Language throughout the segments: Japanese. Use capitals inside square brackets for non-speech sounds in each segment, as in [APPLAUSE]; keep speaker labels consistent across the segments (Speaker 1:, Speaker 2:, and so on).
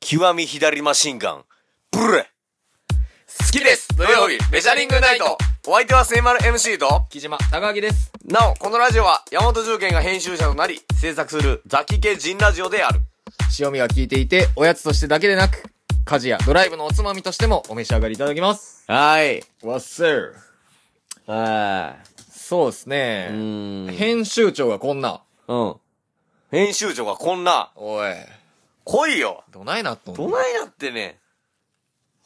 Speaker 1: 極み左マシンガン、ブレ
Speaker 2: 好きです土曜日メジャリングナイトお相手は末丸 MC と
Speaker 3: 木島高明です。
Speaker 2: なおこのラジオは山本重建が編集者となり制作するザキ系人ラジオである
Speaker 3: 塩味は効いていて、おやつとしてだけでなく、家事やドライブのおつまみとしてもお召し上がりいただきます。
Speaker 2: はい
Speaker 3: わっせー。
Speaker 2: は
Speaker 3: そうです
Speaker 2: い
Speaker 3: ね。
Speaker 2: ん
Speaker 3: 編集長がこんな。
Speaker 2: うん
Speaker 1: 編集長がこんな、
Speaker 3: おい。
Speaker 2: 来いよ
Speaker 3: どないなっとんの
Speaker 2: どないなってね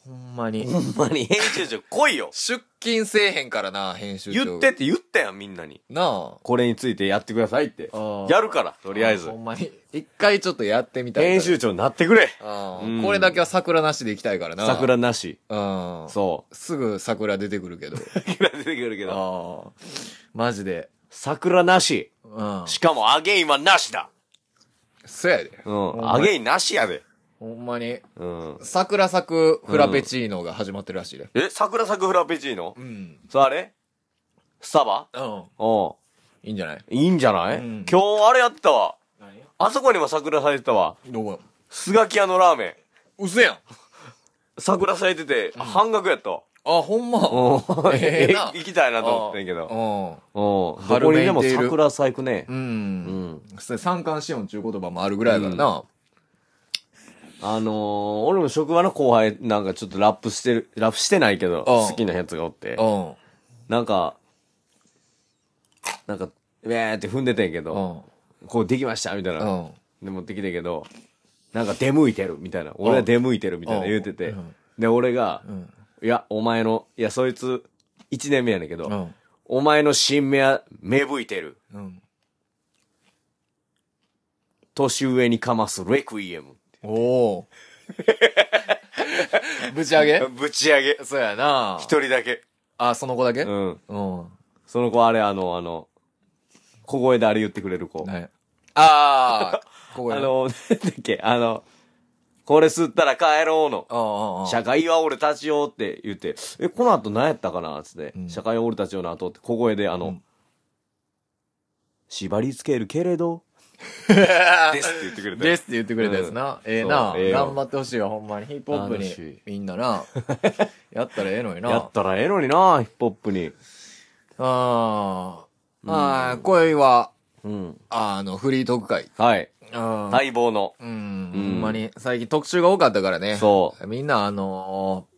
Speaker 3: ほんまに。
Speaker 2: ほんまに
Speaker 1: 編集長来いよ
Speaker 3: 出勤せえへんからな、編集長。
Speaker 1: 言ってって言ったやん、みんなに。
Speaker 3: な
Speaker 1: これについてやってくださいって
Speaker 3: あ。あ
Speaker 1: やるから、と
Speaker 3: と
Speaker 1: りあえず
Speaker 3: ほ。んまに。一回ちょっとやってみたいから。
Speaker 1: 編集長になってくれ
Speaker 3: あ
Speaker 1: うん
Speaker 3: あ。これだけは桜なしでいきたいからな。
Speaker 1: 桜なし。
Speaker 3: うん。
Speaker 1: そ
Speaker 3: [LAUGHS] すぐ桜出てくるけど。
Speaker 1: う。出てくるけど。
Speaker 3: ああ。マジで。
Speaker 1: 桜なし。
Speaker 3: うん。
Speaker 1: しかも、アゲインはなしだ。
Speaker 3: そやで。
Speaker 1: うん。
Speaker 3: ま
Speaker 1: アゲインなしやで。
Speaker 3: ほんまに。
Speaker 1: うん。
Speaker 3: 桜咲くフラペチーノが始まってるらしいで。
Speaker 1: え、桜咲くフラペチーノ
Speaker 3: うん。
Speaker 1: それあれスタバ
Speaker 3: うん。
Speaker 1: うん。
Speaker 3: いいんじゃない
Speaker 1: いいんじゃない、
Speaker 3: うん
Speaker 1: 今日あれやってたわ。あそこにも桜咲いてたわ。
Speaker 3: どこ
Speaker 1: スガキ屋のラーメン。
Speaker 3: うせやん。
Speaker 1: 桜咲いてて、半額やったわ。
Speaker 3: あ、ほんま。
Speaker 1: うん
Speaker 3: ええな
Speaker 1: 行きたいなと思ってんけど。うん。
Speaker 3: ど。
Speaker 1: ど
Speaker 3: 春
Speaker 1: こに
Speaker 3: め
Speaker 1: で
Speaker 3: い
Speaker 1: も
Speaker 3: ている
Speaker 1: 桜咲くね
Speaker 3: う。ん。う。
Speaker 1: うんん。
Speaker 3: それ三寒四温っていう言葉もあるぐらいやからな。
Speaker 1: あのー、俺も職場の後輩なんかちょっとラップしてる、ラップしてないけど、好きなやつがおって
Speaker 3: う。ん。
Speaker 1: なんか、なんか、ウェーって踏んでてんけ
Speaker 3: う
Speaker 1: ど、
Speaker 3: ん。
Speaker 1: こうできましたみたいな。
Speaker 3: うん。
Speaker 1: で、持ってきてけど、なんか出向いてるみたいな。俺は出向いてるみたいな言うてて
Speaker 3: うん。
Speaker 1: で、俺が、
Speaker 3: うん。
Speaker 1: いや、お前の、いや、そいつ、一年目やねんけど、
Speaker 3: うん。
Speaker 1: お前の新芽は芽吹いてる。
Speaker 3: うん。
Speaker 1: 年上にかますレクイエム。
Speaker 3: おお。 [LAUGHS] ぶち上げ
Speaker 1: ぶち上げ。
Speaker 3: そうやな。
Speaker 1: 一人だけ。
Speaker 3: あ、その子だけ
Speaker 1: うん。
Speaker 3: うん。
Speaker 1: その子、あれ、あの、あの、小声であれ言ってくれる子。
Speaker 3: はい。ああ、ここ
Speaker 1: あ
Speaker 3: や。
Speaker 1: の、なんだっけ、あの、これ吸ったら帰ろうの。
Speaker 3: ああ、
Speaker 1: 社会は俺たちよって言って、え、この後何やったかなつって、
Speaker 3: うん
Speaker 1: 社会は俺たちよの後って小声であの、
Speaker 3: うん
Speaker 1: 縛り付けるけれど、
Speaker 3: で
Speaker 1: ですって言って [LAUGHS] くれて。
Speaker 3: ですって言ってくれたやつな。ええな、
Speaker 1: そうええよ
Speaker 3: 頑張ってほしいわ、ほんまに。ヒップホップ
Speaker 1: 楽しい
Speaker 3: に。みんなな。やったらええのにな。
Speaker 1: やったらええのにな、ヒップホップに。
Speaker 3: あーあー。恋は、
Speaker 1: うん。
Speaker 3: あの、フリートーク会。
Speaker 1: はい。
Speaker 3: うん。い。
Speaker 1: 待望の。
Speaker 3: うん、ほんまに。最近特集が多かったからね。。
Speaker 1: そう
Speaker 3: みんな、あのー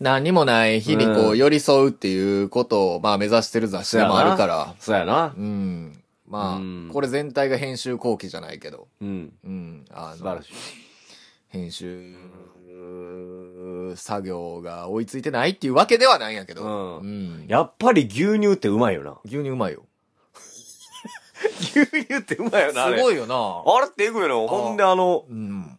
Speaker 3: 何もない日にこ
Speaker 1: うん
Speaker 3: う、寄り添うっていうことを、まあ、目指してる雑誌でもあるから。
Speaker 1: そうやな
Speaker 3: う。ん。まあ、
Speaker 1: うん
Speaker 3: これ全体が編集後期じゃないけど。
Speaker 1: うん。
Speaker 3: うん。あ
Speaker 1: 素晴
Speaker 3: の
Speaker 1: ら、しい。
Speaker 3: 編集作業が追いついてないっていうわけではないんやけど、
Speaker 1: うん
Speaker 3: ん
Speaker 1: やっぱり牛乳ってうまいよな。
Speaker 3: 牛乳うまいよ
Speaker 1: 牛乳ってうまいよ
Speaker 3: す
Speaker 1: な、あれ。
Speaker 3: ご
Speaker 1: い。
Speaker 3: いよな
Speaker 1: あれってえぐいの。ほんであの、
Speaker 3: うん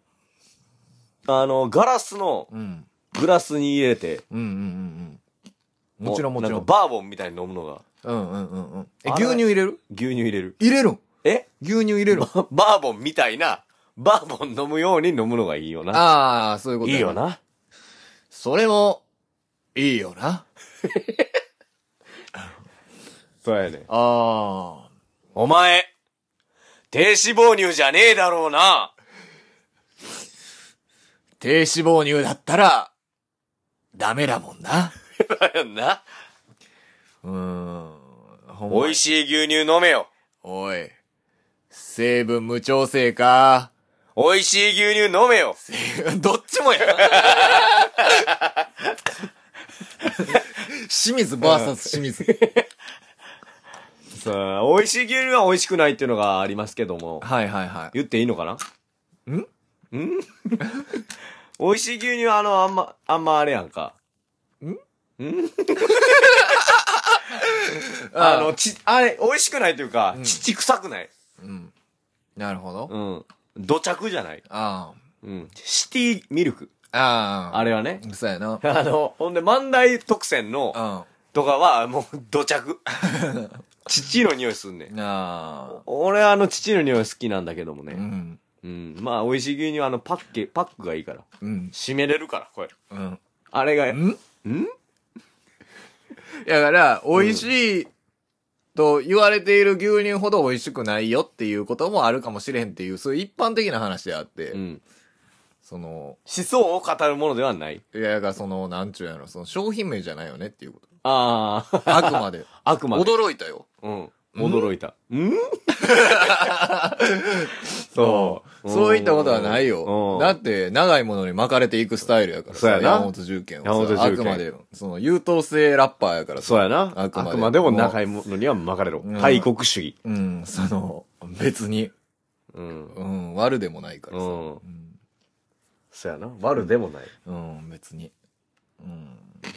Speaker 1: あの、ガラスの
Speaker 3: うんうん
Speaker 1: グラスに入れて、
Speaker 3: うんうんうんもちろんもち
Speaker 1: な
Speaker 3: ろ
Speaker 1: か
Speaker 3: ん
Speaker 1: バーボンみたいに飲むのが、
Speaker 3: うんうんうんうんえ
Speaker 1: あ
Speaker 3: 牛
Speaker 1: れ
Speaker 3: 乳入れる
Speaker 1: 牛乳入れる。
Speaker 3: 入れるん
Speaker 1: え
Speaker 3: 牛乳入れるん
Speaker 1: [LAUGHS] バーボンみたいな、バーボン飲むように飲むのがいいよな。
Speaker 3: ああそういうこと
Speaker 1: い
Speaker 3: や
Speaker 1: いよな。
Speaker 3: それもいいよな
Speaker 1: そうやね。
Speaker 3: ああ
Speaker 1: お前、低脂肪乳じゃねえだろうな。 [LAUGHS]
Speaker 3: 低脂肪乳だったらダメだもんな
Speaker 1: だよな。
Speaker 3: うーんほんま
Speaker 1: 美味しい牛乳飲めよ。
Speaker 3: おい成分無調整か
Speaker 1: 美味しい牛乳飲めよ。
Speaker 3: [LAUGHS] どっちもや。清水バーサス清水。
Speaker 1: さあ、美味しい牛乳は美味しくないっていうのがありますけども。
Speaker 3: はいはいはい。
Speaker 1: 言っていいのかなんん [LAUGHS] 美味しい牛乳はあの、あんま、あんまあれやんか。
Speaker 3: [LAUGHS]
Speaker 1: あの、ち、あれ、美味しくないというか、乳臭くない。
Speaker 3: うん。なるほど。
Speaker 1: うん。土着じゃない。
Speaker 3: あ
Speaker 1: うん。シティミルク。
Speaker 3: あ。ああ。
Speaker 1: あれはね。
Speaker 3: そうやな。
Speaker 1: あの、ほんで、万代特選の、
Speaker 3: あ
Speaker 1: とかは、もう、土
Speaker 3: [LAUGHS]
Speaker 1: 着。父の匂いすんねん。
Speaker 3: あ。
Speaker 1: 俺はあの、父の匂い好きなんだけども
Speaker 3: う
Speaker 1: ね。
Speaker 3: ん。
Speaker 1: うん。まあ、美味しい牛乳はあの、パッケ、パックがいいから。
Speaker 3: うん。
Speaker 1: 締めれるから、これ。
Speaker 3: うん。
Speaker 1: あれが、
Speaker 3: んだから、美味しいと言われている牛乳ほど美味しくないよっていうこともあるかもしれんっていう、そういう一般的な話であって。
Speaker 1: うん。
Speaker 3: その、
Speaker 1: 思想を語るものではない。
Speaker 3: いや、がその、なんちゅうやろ、その商品名じゃないよねっ
Speaker 1: [LAUGHS]
Speaker 3: ていうこと。
Speaker 1: あ [LAUGHS] あ、
Speaker 3: あくまで。
Speaker 1: あくまで。
Speaker 3: 驚いたよ。
Speaker 1: うん。驚いた。うんそう。
Speaker 3: [LAUGHS] そういったことはない
Speaker 1: うん
Speaker 3: よ。だって、長いものに巻かれていくスタイルやから
Speaker 1: そうやな
Speaker 3: 山本重建は
Speaker 1: 山本
Speaker 3: さ。
Speaker 1: 重
Speaker 3: あ
Speaker 1: 建
Speaker 3: くまで、その、優等生ラッパーやからさ
Speaker 1: そうやな。あ
Speaker 3: あくまで
Speaker 1: くまでも仲いいものには巻かれろ。
Speaker 3: うん
Speaker 1: 大国主義。
Speaker 3: うん、その、別に、
Speaker 1: うん。
Speaker 3: うん、悪でもないか
Speaker 1: う
Speaker 3: らさ。
Speaker 1: ん。
Speaker 3: うん、
Speaker 1: そうやな。悪でもない。
Speaker 3: うん、別に。うん。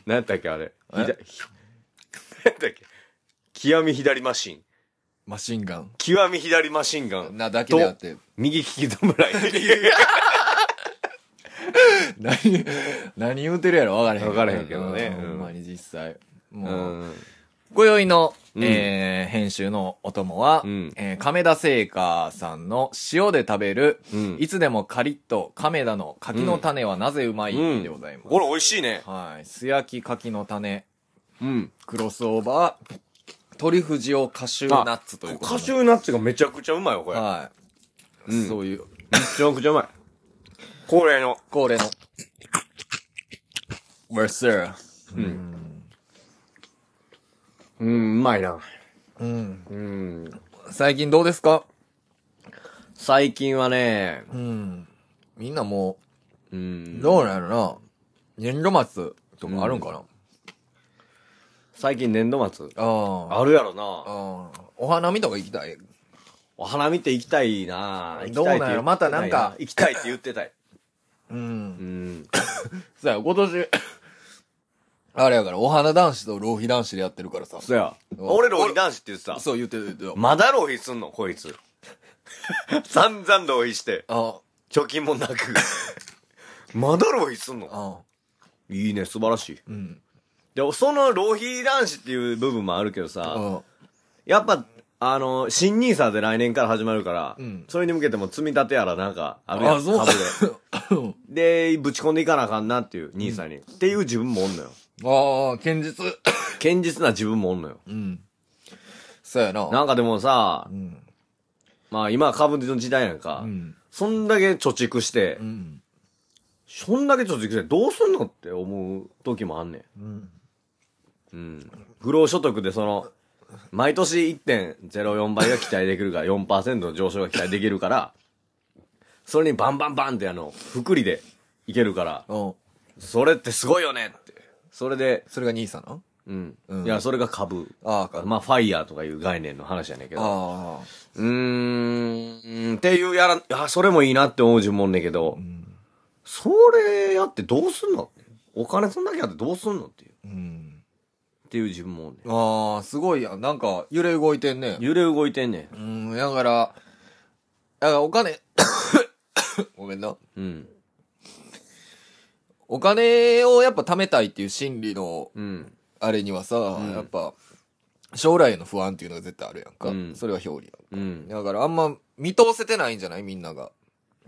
Speaker 1: 何やったっけあれ。ひ
Speaker 3: え
Speaker 1: だ、ひ何やったっけ極み左マシン。
Speaker 3: マシンガン。
Speaker 1: 極み左マシンガン。
Speaker 3: な、だけであって。
Speaker 1: 右利き侍。
Speaker 3: 何、 [LAUGHS] 何言うてるやろ分からへん
Speaker 1: 分からへんけどね
Speaker 3: う
Speaker 1: うん
Speaker 3: ほんまに実際。
Speaker 1: [LAUGHS] う
Speaker 3: もう、
Speaker 1: ん。
Speaker 3: 今宵の、
Speaker 1: うん
Speaker 3: えー編集のお供は、
Speaker 1: うん
Speaker 3: えー亀田製菓さんの塩で食べる、
Speaker 1: うん
Speaker 3: いつでもカリッと亀田の柿の種はなぜうまい、
Speaker 1: うん
Speaker 3: でございます。
Speaker 1: これ美味しいね。
Speaker 3: はい。素焼き柿の種、
Speaker 1: うん。
Speaker 3: クロスオーバー、鳥富士をカシューナッツということ
Speaker 1: カ
Speaker 3: で
Speaker 1: シューナッツがめちゃくちゃうまいわ、これ。め
Speaker 3: はい、
Speaker 1: うん
Speaker 3: そういう、
Speaker 1: ちゃくちゃうまい。恒例の。
Speaker 3: 恒例の。Where's sir?
Speaker 1: うん、うまいな。
Speaker 3: うん。
Speaker 1: うん。
Speaker 3: 最近どうですか
Speaker 1: 最近はね、
Speaker 3: うん。みんなも
Speaker 1: う
Speaker 3: う、
Speaker 1: ん。
Speaker 3: どうなるな年度末とかあるんかな、
Speaker 1: 最近年度末。
Speaker 3: ああ。
Speaker 1: あるやろな。
Speaker 3: ああ。お花見とか行きたい。
Speaker 1: お花見て行きたいな
Speaker 3: どうなん
Speaker 1: 行きたいって言って
Speaker 3: やろ
Speaker 1: た
Speaker 3: またなんか
Speaker 1: 行きたいって言ってたい。
Speaker 3: う。
Speaker 1: うんん。
Speaker 3: さあ、今年、あれやから、お花男子と浪費男子でやってるからさ。
Speaker 1: そや。
Speaker 3: うん
Speaker 1: 俺、浪費男子って言ってた。
Speaker 3: そう言ってる言ってた。
Speaker 1: まだ浪費すんのこいつ。 [LAUGHS] 散々浪費して。
Speaker 3: あ
Speaker 1: 貯金もなく。 [LAUGHS] まだ浪費すんの
Speaker 3: あ、あ
Speaker 1: いいね、素晴らしい。
Speaker 3: うん。
Speaker 1: で、その浪費男子っていう部分もあるけどさ、
Speaker 3: あ
Speaker 1: やっぱ、あの、新ニーサで来年から始まるから、
Speaker 3: うん
Speaker 1: それに向けても積み立てやらなんかあるやん。
Speaker 3: [LAUGHS] あ、そう
Speaker 1: 株で。で、ぶち込んでいかなあかんなっていう、ニーサに。っていう自分もおんのよ。
Speaker 3: ああ、堅実。
Speaker 1: 堅実な自分もおんのよ。
Speaker 3: うん。そうやな。
Speaker 1: なんかでもさ
Speaker 3: う、ん。
Speaker 1: まあ今は株の時代やんか、
Speaker 3: うん。
Speaker 1: そんだけ貯蓄して、
Speaker 3: うん。
Speaker 1: そんだけ貯蓄してどうすんのって思う時もあんねん。
Speaker 3: うん。
Speaker 1: うん。不労所得でその、毎年1.04倍が期待できるから、4%の上昇が期待できるから、それにバンバンバンってあの、福利でいけるから、
Speaker 3: うん。
Speaker 1: それってすごいよねって。それで、
Speaker 3: それが兄さんな
Speaker 1: うん。
Speaker 3: うん
Speaker 1: いや、それが株。
Speaker 3: ああ、か。
Speaker 1: まあ、ファイヤーとかいう概念の話やねんけど。
Speaker 3: ああ。
Speaker 1: うーん、っていうやら、あ、それもいいなって思う自分もおんねんけど、それやってどうすんのお金そんだけやってどうすんのっていう、
Speaker 3: うん。
Speaker 1: っていう自分もおんねん。
Speaker 3: ああ、すごいやん。なんか、揺れ動いてんね。
Speaker 1: 揺れ動いてんねん。
Speaker 3: うん、だから、だからお金、 [COUGHS] ごめんな。
Speaker 1: うん。
Speaker 3: お金をやっぱ貯めたいっていう心理の、
Speaker 1: うん。
Speaker 3: あれにはさ、
Speaker 1: ん
Speaker 3: やっぱ、将来への不安っていうのが絶対あるやんか。
Speaker 1: うん
Speaker 3: それは表裏やん。
Speaker 1: うん。
Speaker 3: だからあんま見通せてないんじゃないみんなが。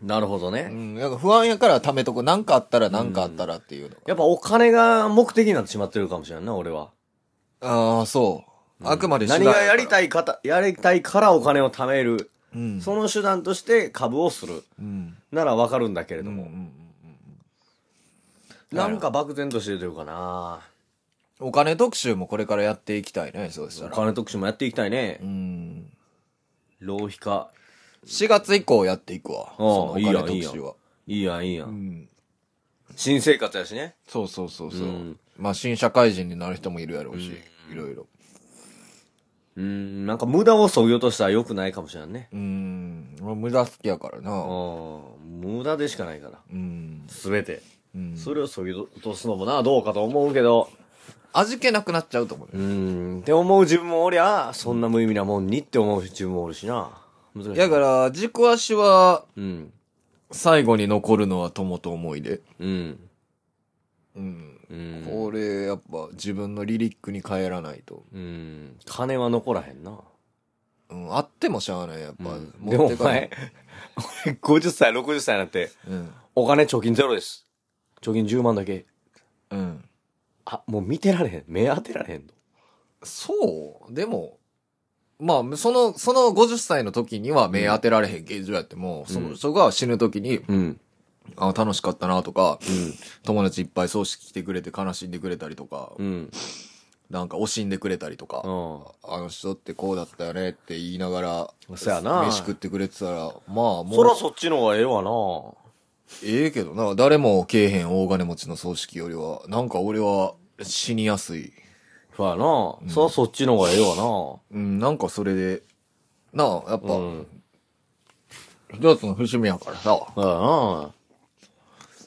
Speaker 1: なるほどね。
Speaker 3: うん。なんか不安やから貯めとこう。なんかあったらなんかあったらっていうのが。
Speaker 1: やっぱお金が目的になってしまってるかもしれんな、俺は。
Speaker 3: ああ、そう。あくまで
Speaker 1: 何がやり
Speaker 3: い
Speaker 1: たい方、やりたいからお金を貯める。
Speaker 3: うん。
Speaker 1: その手段として株をする。
Speaker 3: うん。
Speaker 1: ならわかるんだけれ
Speaker 3: う
Speaker 1: ど
Speaker 3: んうん
Speaker 1: も。
Speaker 3: うん
Speaker 1: なんか漠然としてるというかな。
Speaker 3: お金特集もこれからやっていきたいね、そうした
Speaker 1: お
Speaker 3: ら。
Speaker 1: 金特集もやっていきたいね
Speaker 3: う。ん。
Speaker 1: 浪費家。
Speaker 3: 4月以降やっていくわ。そのお
Speaker 1: いい
Speaker 3: 金
Speaker 1: やん、
Speaker 3: 特
Speaker 1: いいや
Speaker 3: 集は。
Speaker 1: ん。いいやん、いいや。
Speaker 3: うんん。
Speaker 1: 新生活やしね。
Speaker 3: そうそうそうそうう。
Speaker 1: ん
Speaker 3: まあ、新社会人になる人もいるやろうし、いろいろ。
Speaker 1: うん、なんか無駄を削ぎ落としたら良くないかもしれんね。
Speaker 3: うん。俺無駄好きやから
Speaker 1: う
Speaker 3: な。
Speaker 1: ん。無駄でしかないから。
Speaker 3: うん。
Speaker 1: すべて。
Speaker 3: うん
Speaker 1: それを削ぎ落とすのもな、どうかと思うけど。
Speaker 3: 味気なくなっちゃうと思う
Speaker 1: う
Speaker 3: よ。
Speaker 1: ーん、って思う自分もおりゃ、そんな無意味なもんにって思う自分もおるしな。難しい。
Speaker 3: だから、軸足は、
Speaker 1: うん。
Speaker 3: 最後に残るのは友と思い出。
Speaker 1: うん。
Speaker 3: うん。
Speaker 1: うん。
Speaker 3: これ、やっぱ、自分のリリックに帰らないと。
Speaker 1: うん。金は残らへんな。
Speaker 3: うん。あってもしゃあない、やっぱ。
Speaker 1: でもお
Speaker 3: 持ってかない
Speaker 1: 前、 [LAUGHS] 俺50歳、60歳になって、
Speaker 3: うん。
Speaker 1: お金貯金ゼロです。貯金10万だけ。
Speaker 3: うん。
Speaker 1: あ、もう見てられへん。目当てられへんの。
Speaker 3: そうでも、まあ、その、その50歳の時には目当てられへん現状やっても、その人が死ぬ時に、
Speaker 1: うん。
Speaker 3: あ楽しかったなとか、友達いっぱい葬式来てくれて悲しんでくれたりとか、
Speaker 1: うん。
Speaker 3: なんか惜しんでくれたりとか、
Speaker 1: うん
Speaker 3: あの人ってこうだったよねって言いながら、
Speaker 1: そやな
Speaker 3: 飯食ってくれてたら、まあもう、
Speaker 1: そらそっちの方がええわな
Speaker 3: ええけどな、誰もけえへん大金持ちの葬式よりは、なんか俺は死にやすい。
Speaker 1: そうやな、そらそっちの方がええわ
Speaker 3: うん、なんかそれで、なあ、やっぱ、
Speaker 1: なうん。
Speaker 3: 一つの節目やからさ、
Speaker 1: そうやな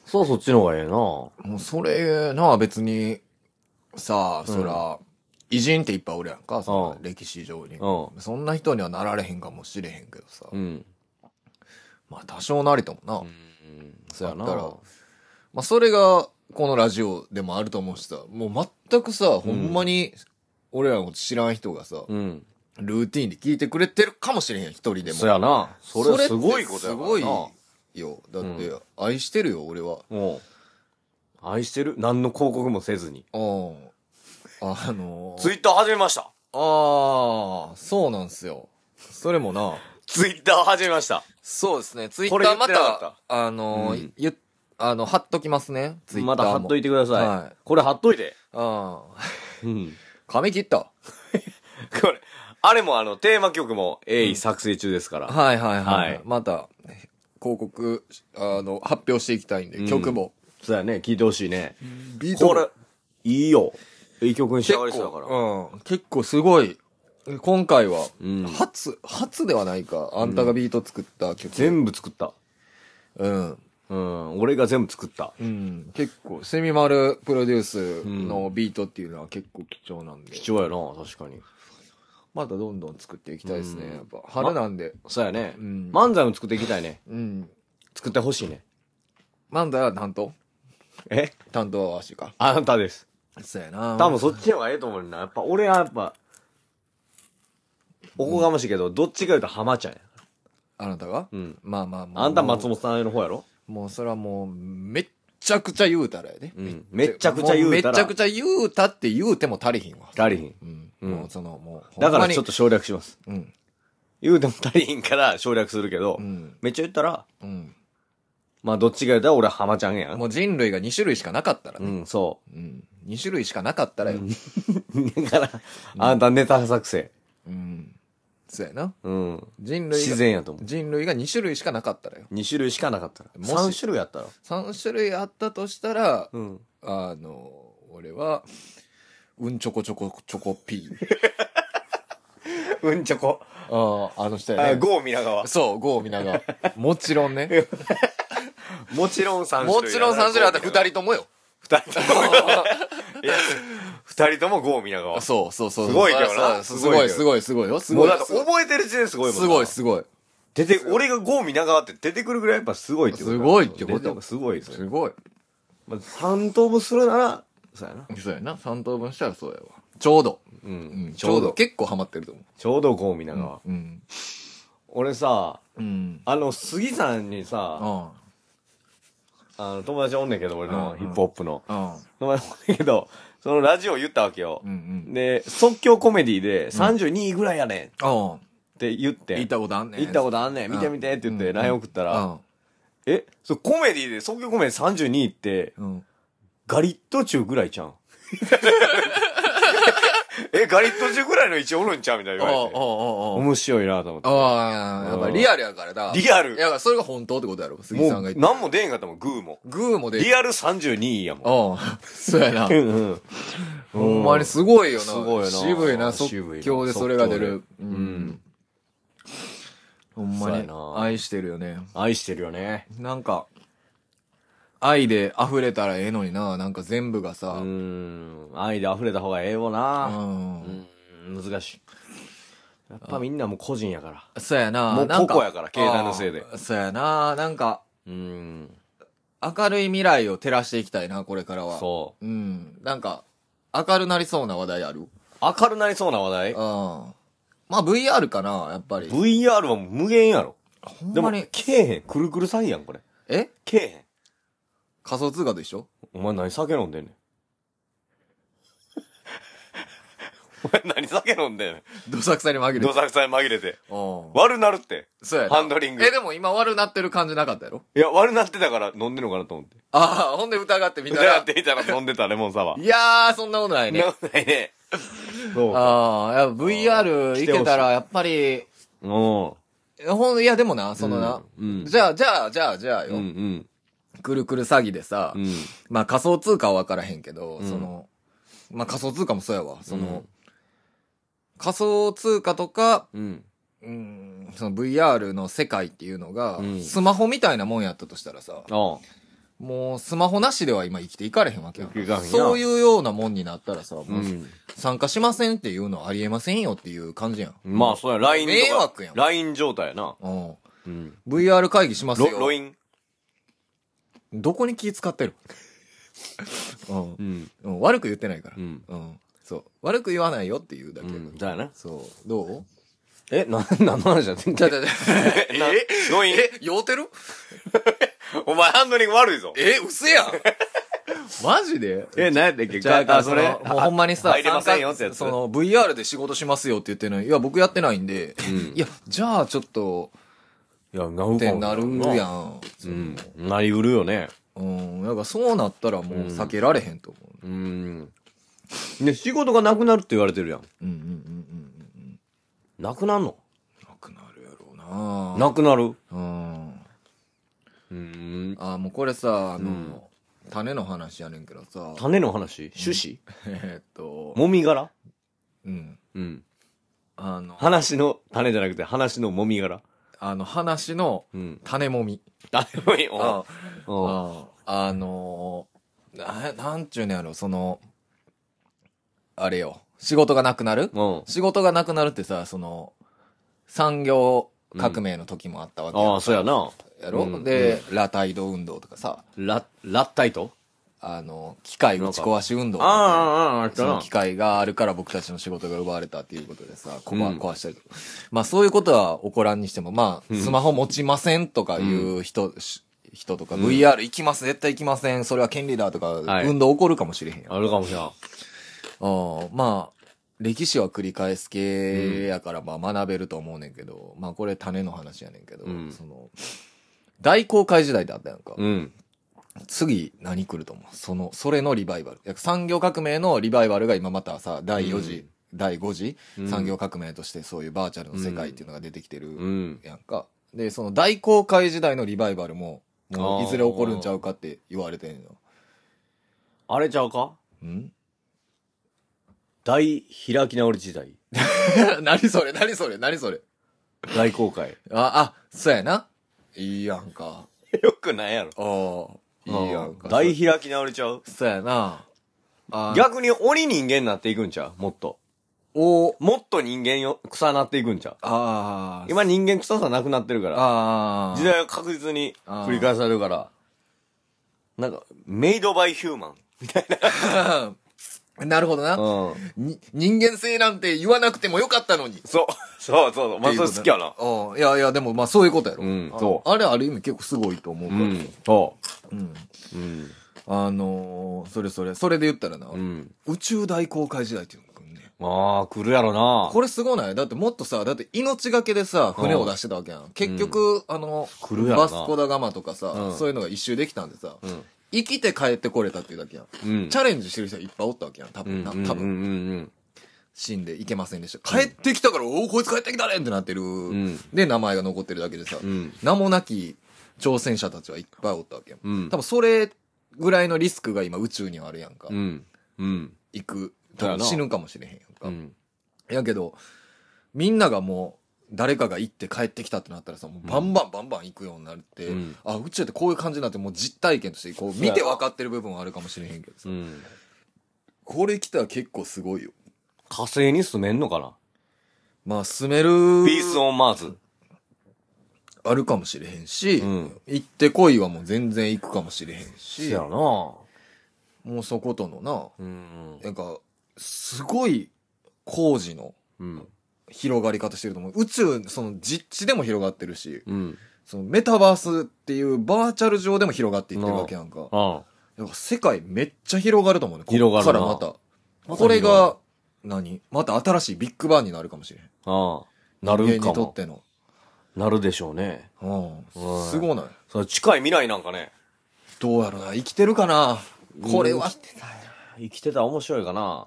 Speaker 1: そらそっちの方がええな
Speaker 3: もうそれなあ別に、さあ、そら、偉人っていっぱいおるやんか、その
Speaker 1: うん
Speaker 3: 歴史上に。
Speaker 1: う
Speaker 3: そんな人にはなられへんかもしれへんけどさ、
Speaker 1: うん。
Speaker 3: まあ多少なりともな、
Speaker 1: そうやな
Speaker 3: だったらまあ、それが、このラジオでもあると思うしさ、もう全くさ、ほんまに、俺らのこと知らん人がさ、
Speaker 1: うん。
Speaker 3: ルーティンで聞いてくれてるかもしれへんやん、一人でも。
Speaker 1: そうやなそれ
Speaker 3: って
Speaker 1: すごいことやからな
Speaker 3: すごいよ。だって、愛してるよ、俺は。
Speaker 1: もう、愛してる何の広告もせずに。
Speaker 3: うん。あのー、
Speaker 2: ツイッター始めました。
Speaker 3: ああ、そうなんすよ。それもな、
Speaker 2: ツイッター始めました。
Speaker 3: そうですね、ツイッタ
Speaker 2: これ言
Speaker 3: ー
Speaker 2: って
Speaker 3: ま
Speaker 2: なかった
Speaker 3: た、あのー
Speaker 1: うん
Speaker 3: ゆあの、貼っときますね、ツイッターも。
Speaker 1: また貼っといてください。
Speaker 3: はい
Speaker 1: これ貼っといて。
Speaker 3: ああ、
Speaker 1: うん。
Speaker 3: 髪切った。
Speaker 1: [LAUGHS] これ、あれもあの、テーマ曲も鋭意作成中ですから。
Speaker 3: はいはいはい。
Speaker 1: はい
Speaker 3: また、広告、あの、発表していきたいんで、
Speaker 1: ん
Speaker 3: 曲も。
Speaker 1: そうやね、聴いてほしいね。
Speaker 3: ビート
Speaker 1: こ
Speaker 3: も
Speaker 1: れ、いいよ。いい曲に仕
Speaker 3: 結
Speaker 1: 上がりそうだから。
Speaker 3: 構、うん。結構すごい。今回は、
Speaker 1: うん
Speaker 3: 初、初ではないか。あんたがビート作った曲。
Speaker 1: 全部作った。
Speaker 3: うん。
Speaker 1: うん、俺が全部作った。
Speaker 3: うん。結構、セミマルプロデュースのビートっていうのは結構貴重なんで。
Speaker 1: 貴重やな、確かに。
Speaker 3: またどんどん作っていきたいですね。
Speaker 1: うん
Speaker 3: やっぱ、春なんで。
Speaker 1: そうやね。
Speaker 3: うん
Speaker 1: 漫才も作っていきたいね。
Speaker 3: うん。
Speaker 1: 作ってほしいね。
Speaker 3: 漫才は担当
Speaker 1: え
Speaker 3: 担当はわしか。
Speaker 1: あなたです。
Speaker 3: そうやな。
Speaker 1: 多分そっちの方がええと思うねんな。やっぱ俺はやっぱ、おこがましいけど、どっちか言うと浜ちゃんや。
Speaker 3: あなたが
Speaker 1: うん。
Speaker 3: まあまあまあ。
Speaker 1: あんた松本さんの方やろ
Speaker 3: もうそれはもう、めっちゃくちゃ言うたらやで。
Speaker 1: うん。めっちゃくちゃ言うた
Speaker 3: も
Speaker 1: ら。
Speaker 3: めっちゃくちゃ言うたって言うても足りひんわ。
Speaker 1: 足りひん。
Speaker 3: うん。
Speaker 1: うん
Speaker 3: もうその、もう。
Speaker 1: だからちょっと
Speaker 3: と。
Speaker 1: 省略します。
Speaker 3: うん。
Speaker 1: 言うても足りひんから省略するけど、
Speaker 3: うん。
Speaker 1: めっちゃ言ったら、
Speaker 3: うん。
Speaker 1: まあどっちが言うたら俺は浜ちゃんやん。
Speaker 3: もう人類が2種類しかなかったら
Speaker 1: う
Speaker 3: ね。
Speaker 1: ん、そ
Speaker 3: うん。2種類しかなかったらよ。
Speaker 1: う。だから、あんたネタ作成。
Speaker 3: うん。そうやな。
Speaker 1: うん。
Speaker 3: 人類が。
Speaker 1: 自然やと思う。
Speaker 3: 人類が2種類しかなかったらよ。
Speaker 1: 2種類しかなかったら。
Speaker 3: もし
Speaker 1: 3種類やったら。
Speaker 3: 3種類あったとしたら、
Speaker 1: うん。
Speaker 3: あの、俺は、うんちょこちょこちょこピー。
Speaker 1: [LAUGHS] うんちょこ。
Speaker 3: ああ、あの人や
Speaker 1: あ、
Speaker 3: ね。
Speaker 1: ゴー皆川。
Speaker 3: そう、ゴー皆が。もちろんね。
Speaker 1: もちろん3種類や
Speaker 3: も
Speaker 1: な。
Speaker 3: ちろん3種類あったら2人ともよ。
Speaker 1: 二人とも。いや二人とも郷宮川。
Speaker 3: そうそうそう。
Speaker 1: すごいけどな
Speaker 3: そうすごい
Speaker 1: す
Speaker 3: す
Speaker 1: ご
Speaker 3: ごいすごいよ。す
Speaker 1: も
Speaker 3: ご
Speaker 1: う
Speaker 3: い
Speaker 1: だ。って覚えてる時点ですごいもん
Speaker 3: す
Speaker 1: な
Speaker 3: ごいすごい。
Speaker 1: 出て、俺が郷宮川って出てくるぐらいやっぱすごいってことだ
Speaker 3: すごいってこと
Speaker 1: 出てすごいです
Speaker 3: す
Speaker 1: ね。
Speaker 3: ごい。
Speaker 1: まあ、3等分するなら、そうやな。
Speaker 3: そうやな。3等分したらそうやわ。ちょうど。
Speaker 1: う
Speaker 3: うん
Speaker 1: ん。
Speaker 3: ちょうど。。結構ハマってると思う。
Speaker 1: ちょうど郷宮川。
Speaker 3: うん。
Speaker 1: 俺さ、
Speaker 3: うん。
Speaker 1: あの、杉さんにさ、
Speaker 3: あ
Speaker 1: あの、友達おんねんけど、俺
Speaker 3: う
Speaker 1: の
Speaker 3: ん
Speaker 1: ヒップホップの。
Speaker 3: あ。
Speaker 1: 友達おんねんけど、そのラジオ言ったわけよ
Speaker 3: うん。うん。
Speaker 1: で、即興コメディで32位ぐらいやねんっ
Speaker 3: ああ。
Speaker 1: て言ってん。
Speaker 3: 行ったことあんねん。
Speaker 1: 行ったことあんねん。見て見てって言って
Speaker 3: うん
Speaker 1: LINE 送ったら、
Speaker 3: あ
Speaker 1: えそう、コメディで、即興コメディ32って、
Speaker 3: あ。うん。
Speaker 1: ガリット中ぐらいちゃうん。え、ガリット中ぐらいの位置おるんちゃうみたい
Speaker 3: あ
Speaker 1: な
Speaker 3: あ、
Speaker 1: 言
Speaker 3: あ
Speaker 1: われて。面白いなと思って。
Speaker 3: あ、ああ。やっぱリアルやからだ。
Speaker 1: リアル
Speaker 3: いや、それが本当ってことやろ。杉
Speaker 1: も
Speaker 3: さんが
Speaker 1: う、
Speaker 3: 言って。
Speaker 1: 何も出えんかったもん、グーも。
Speaker 3: グーもで。
Speaker 1: リアル32位やもん。
Speaker 3: ああ。そうやな
Speaker 1: う。んうん。
Speaker 3: ほんまにすごいよな。
Speaker 1: すごいな
Speaker 3: 渋いな、
Speaker 1: 渋いな
Speaker 3: 即興でそれが出る。う
Speaker 1: うんん。。
Speaker 3: ほんま
Speaker 1: そうや
Speaker 3: に
Speaker 1: な
Speaker 3: 愛してるよね。
Speaker 1: 愛してるよね。
Speaker 3: なんか、愛で溢れたらええのにな、なんか全部が
Speaker 1: う
Speaker 3: さ、う
Speaker 1: ん。
Speaker 3: ん。
Speaker 1: 愛で溢れた方がええよな。うん。難しい。やっぱみんなもう個人やから。
Speaker 3: そうやな。
Speaker 1: もう
Speaker 3: なん
Speaker 1: 個々やから携帯のせいで
Speaker 3: あーそうやな。なんか、
Speaker 1: うん。
Speaker 3: 明るい未来を照らしていきたいな、これからは。。
Speaker 1: そう
Speaker 3: うん。なんか、明るなりそうな話題ある
Speaker 1: う。明るなりそうな話題
Speaker 3: うん。まあ VR かな、やっぱり。
Speaker 1: VR は無限やろ。
Speaker 3: ほん
Speaker 1: で
Speaker 3: ま
Speaker 1: も、
Speaker 3: に
Speaker 1: け。えへん。くるくる詐欺やん、これ。
Speaker 3: え
Speaker 1: けえへん。
Speaker 3: 仮想通貨と一緒
Speaker 1: お前何酒飲んでんねん。
Speaker 2: お前何酒飲んでん
Speaker 3: [LAUGHS] どさくさに紛れて。
Speaker 2: どさくさに紛れて。
Speaker 3: うん。
Speaker 2: 悪なるって。
Speaker 3: そうやな
Speaker 2: ハンドリング
Speaker 3: え、。でも今悪なってる感じなかったやろ
Speaker 2: いや、悪なってたから飲んでんのかなと思って。
Speaker 3: ああ、ほんで疑ってみ
Speaker 2: じ
Speaker 3: た
Speaker 2: ゃあ
Speaker 3: ら
Speaker 2: っ。ていたら飲んでたレモンサワー。
Speaker 3: いやー、そんなことないね。
Speaker 2: 飲んないね。
Speaker 1: そうか。
Speaker 3: ああ、やっぱ VR いけたら、やっぱり、
Speaker 1: うん。
Speaker 3: ほん、いやでもな、そのな、
Speaker 1: うんうん
Speaker 3: じゃあ、じゃあ、じゃあ、じゃあよ、
Speaker 1: うん
Speaker 3: くるくる詐欺でさ、
Speaker 1: うん。うん。
Speaker 3: まあ仮想通貨は分からへんけど、
Speaker 1: うん
Speaker 3: その、まあ仮想通貨もそうやわ、その、
Speaker 1: うん
Speaker 3: 仮想通貨とか、
Speaker 1: うん。
Speaker 3: うん、その VR の世界っていうのが、
Speaker 1: うん
Speaker 3: スマホみたいなもんやったとしたらさ、
Speaker 1: あ
Speaker 3: もうスマホなしでは今生きていかれへんわけやん
Speaker 1: 生きていかへんやん
Speaker 3: そういうようなもんになったらさ、もう
Speaker 1: あ。うん。
Speaker 3: 参加しませんっていうのはありえませんよっていう感じやん。
Speaker 1: まあ、そうや、LINE とか。
Speaker 3: 迷惑やん
Speaker 1: LINE 状態やな。
Speaker 3: うん。
Speaker 1: うん。
Speaker 3: VR 会議します
Speaker 2: ロ
Speaker 3: よ。
Speaker 2: ロイン。
Speaker 3: どこに気使ってるうん
Speaker 1: うん。
Speaker 3: うん。悪く言ってないから。
Speaker 1: うん。
Speaker 3: うん。そう。悪く言わないよっていうだけ。
Speaker 1: うん。じゃあな。
Speaker 3: そう。どう
Speaker 1: え、な、なんの話だってん
Speaker 3: じゃじゃじゃ。
Speaker 2: えなロイン。
Speaker 3: え、酔うてる
Speaker 2: お前ハンドリング悪いぞ。
Speaker 3: え、嘘
Speaker 1: [LAUGHS]
Speaker 3: やんマジで
Speaker 1: え、何やったっけ
Speaker 3: じゃあ、
Speaker 1: あ、
Speaker 3: そ
Speaker 1: そ
Speaker 3: れ、
Speaker 1: れ。
Speaker 3: もうほんまにさ、
Speaker 2: 入れませんよってやつ
Speaker 3: その、VR で仕事しますよって言ってるのに、いや、僕やってないんで、
Speaker 1: うん
Speaker 3: いや、じゃあちょっと、
Speaker 1: いや、なう
Speaker 3: ってなるや
Speaker 1: ん。
Speaker 3: ん。
Speaker 1: うん。なりうるよね。
Speaker 3: うん。なんかそうなったらもう避けられへんと思う。
Speaker 1: うん。ね、仕事がなくなるって言われてるやん。
Speaker 3: うんうんうんうんうん。
Speaker 1: なくなるの
Speaker 3: なくなるやろうな
Speaker 1: なくなる
Speaker 3: うん。
Speaker 1: うん。
Speaker 3: あーもうこれさ、あの、種の話やねんけどさ、
Speaker 1: 種の話種子
Speaker 3: [LAUGHS] えーっと、
Speaker 1: もみ殻
Speaker 3: うん。
Speaker 1: うん。
Speaker 3: あの、
Speaker 1: 話の種じゃなくて、話のもみ殻。
Speaker 3: あの話の
Speaker 1: うん。
Speaker 3: 種もみ。
Speaker 2: 誰もいい。
Speaker 3: あ
Speaker 2: お
Speaker 1: うん。
Speaker 3: あー、あのー、ななんちゅうねんやろ、その、あれよ、仕事がなくなる
Speaker 1: うん。
Speaker 3: 仕事がなくなるってさ、その、産業革命の時もあったわけや,、
Speaker 1: ああ、そうやな。
Speaker 3: ろ、
Speaker 1: うん
Speaker 3: で、ラタイド運動とかさ、
Speaker 1: ラ、ラッタイト
Speaker 3: あの、機械打ち壊し運動と
Speaker 1: あ
Speaker 3: か
Speaker 1: あ、ああ、あっ
Speaker 3: そ
Speaker 1: た
Speaker 3: の
Speaker 1: な
Speaker 3: 機。会があるから僕たちの仕事が奪われたっていうことでさ、こば
Speaker 1: うん
Speaker 3: 壊したりとか。まあそういうことは起こらんにしても、まあ、スマホ持ちませんとかいう人、し人とか、VR 行きます、絶対行きません、それは権利だとか、
Speaker 1: はい
Speaker 3: 運動起こるかもしれへんやん。あ
Speaker 1: あるかもしれん。
Speaker 3: あまあ、歴史は繰り返す系やから、まあ学べると思うねんけど、まあこれ種の話やねんけど、
Speaker 1: うん
Speaker 3: その、大航海時代ってあったやんか。
Speaker 1: うん。
Speaker 3: 次何来ると思うその、それのリバイバル。やっぱ産業革命のリバイバルが今またさ、第4次、第5次、
Speaker 1: うん
Speaker 3: 産業革命としてそういうバーチャルの世界っていうのが出てきて
Speaker 1: う
Speaker 3: る
Speaker 1: ん。
Speaker 3: やんか。で、その大航海時代のリバイバルも、も
Speaker 1: あ
Speaker 3: う
Speaker 1: ー
Speaker 3: いずれ起こるんちゃうかって言われてんの。
Speaker 1: あれちゃうか
Speaker 3: ん [LAUGHS]
Speaker 1: 大開き直り時代。
Speaker 3: 何それ何それ何それ
Speaker 1: 大公 [LAUGHS] 開。
Speaker 3: あ、あ、そうやな。いいやんか。
Speaker 2: よくないやろ。
Speaker 3: ああ、いいやん
Speaker 1: う
Speaker 3: か。
Speaker 1: ん大開き直りちゃう
Speaker 3: そうやな。あ
Speaker 1: 逆に鬼人間になっていくんちゃうもっと。
Speaker 3: お、
Speaker 1: もっと人間よ、草なっていくんちゃう
Speaker 3: ああ、
Speaker 1: 今人間臭さなくなってるから。
Speaker 3: ああ、
Speaker 1: 時代は確実に繰り返されるから。なんか、メイドバイヒューマン。
Speaker 3: [LAUGHS] なるほどな。
Speaker 1: うん。
Speaker 3: に人間性なんて言わなくてもよかったのに。
Speaker 1: [LAUGHS]
Speaker 2: そう。そうそうそう。まあ、
Speaker 3: ってい
Speaker 2: それ
Speaker 3: うこと
Speaker 2: 好きやな。
Speaker 3: うん。いやいや、でもまあそういうことやろ。
Speaker 1: うん
Speaker 3: あ
Speaker 1: そ
Speaker 3: あれある意味結構すごいと思うか
Speaker 1: う
Speaker 3: ら。
Speaker 1: ん。そ
Speaker 3: うん
Speaker 1: う。うん。
Speaker 3: あのー、それそれ、それで言ったらな、
Speaker 1: うん。
Speaker 3: 宇宙大航海時代っていうのが来んねん
Speaker 1: ああ、来るやろな。
Speaker 3: これすごないだってもっとさ、だって命がけでさ、船を出してたわけやん。結局、あの、
Speaker 1: 来るやろな
Speaker 3: バスコダガマとかさ、
Speaker 1: うん
Speaker 3: そういうのが一周できたんでさ、
Speaker 1: ん
Speaker 3: 生きて帰ってこれたっていうだけやん。
Speaker 1: うん
Speaker 3: チャレンジしてる人はいっぱいおったわけやん。多
Speaker 1: うん
Speaker 3: 分、な
Speaker 1: うん
Speaker 3: 多
Speaker 1: うんう
Speaker 3: 分、
Speaker 1: ん
Speaker 3: 死んでいけませんでした。帰ってきたから、おお、こいつ帰ってきたねってなってる。
Speaker 1: ん
Speaker 3: で、名前が残ってるだけでさ、
Speaker 1: うん
Speaker 3: 名もなき挑戦者たちはいっぱいおったわけやん。
Speaker 1: うん
Speaker 3: 多分それぐらいのリスクが今宇宙にはあるやんか。
Speaker 1: うん。うん。うん。
Speaker 3: 行く。
Speaker 1: そうや
Speaker 3: 多
Speaker 1: な
Speaker 3: 分死ぬかもしれへんやんか。
Speaker 1: うん。
Speaker 3: やけど、みんながもう、誰かが行って帰ってきたってなったらさ、もうバンバンバンバン行くようになるって、
Speaker 1: うん
Speaker 3: あ、宇宙ってこういう感じになって、もう実体験として、こう見て分かってる部分はあるかもしれへんけどさ、
Speaker 1: うん。
Speaker 3: これ来たら結構すごいよ。
Speaker 1: 火星に住めんのかな
Speaker 3: まあ、進める。
Speaker 2: ピースオンマーズ。
Speaker 3: あるかもしれへんし、
Speaker 1: うん
Speaker 3: 行ってこいはもう全然行くかもしれへん
Speaker 1: せ
Speaker 3: し
Speaker 1: や、な。
Speaker 3: もうそことのな、
Speaker 1: うん。
Speaker 3: なんか、すごい工事の
Speaker 1: うん。
Speaker 3: 広がり方してると思う。宇宙、その実地でも広がってるし、
Speaker 1: うん。
Speaker 3: そのメタバースっていうバーチャル上でも広がっていってるわけやんか。
Speaker 1: ああ。
Speaker 3: だから世界めっちゃ広がると思うね。
Speaker 1: 広がるな
Speaker 3: こっからまた。
Speaker 1: また広がる
Speaker 3: これが何また新しいビッグバンになるかもしれん。
Speaker 1: ああ。なる
Speaker 3: 人間
Speaker 1: か
Speaker 3: にとっ
Speaker 1: も。
Speaker 3: ての。
Speaker 1: なるでしょうね。
Speaker 3: うん。すごない。
Speaker 1: それ近い未来なんかね。
Speaker 3: どうやろな。生きてるかなこれは。
Speaker 1: 生きてたら面白いかな。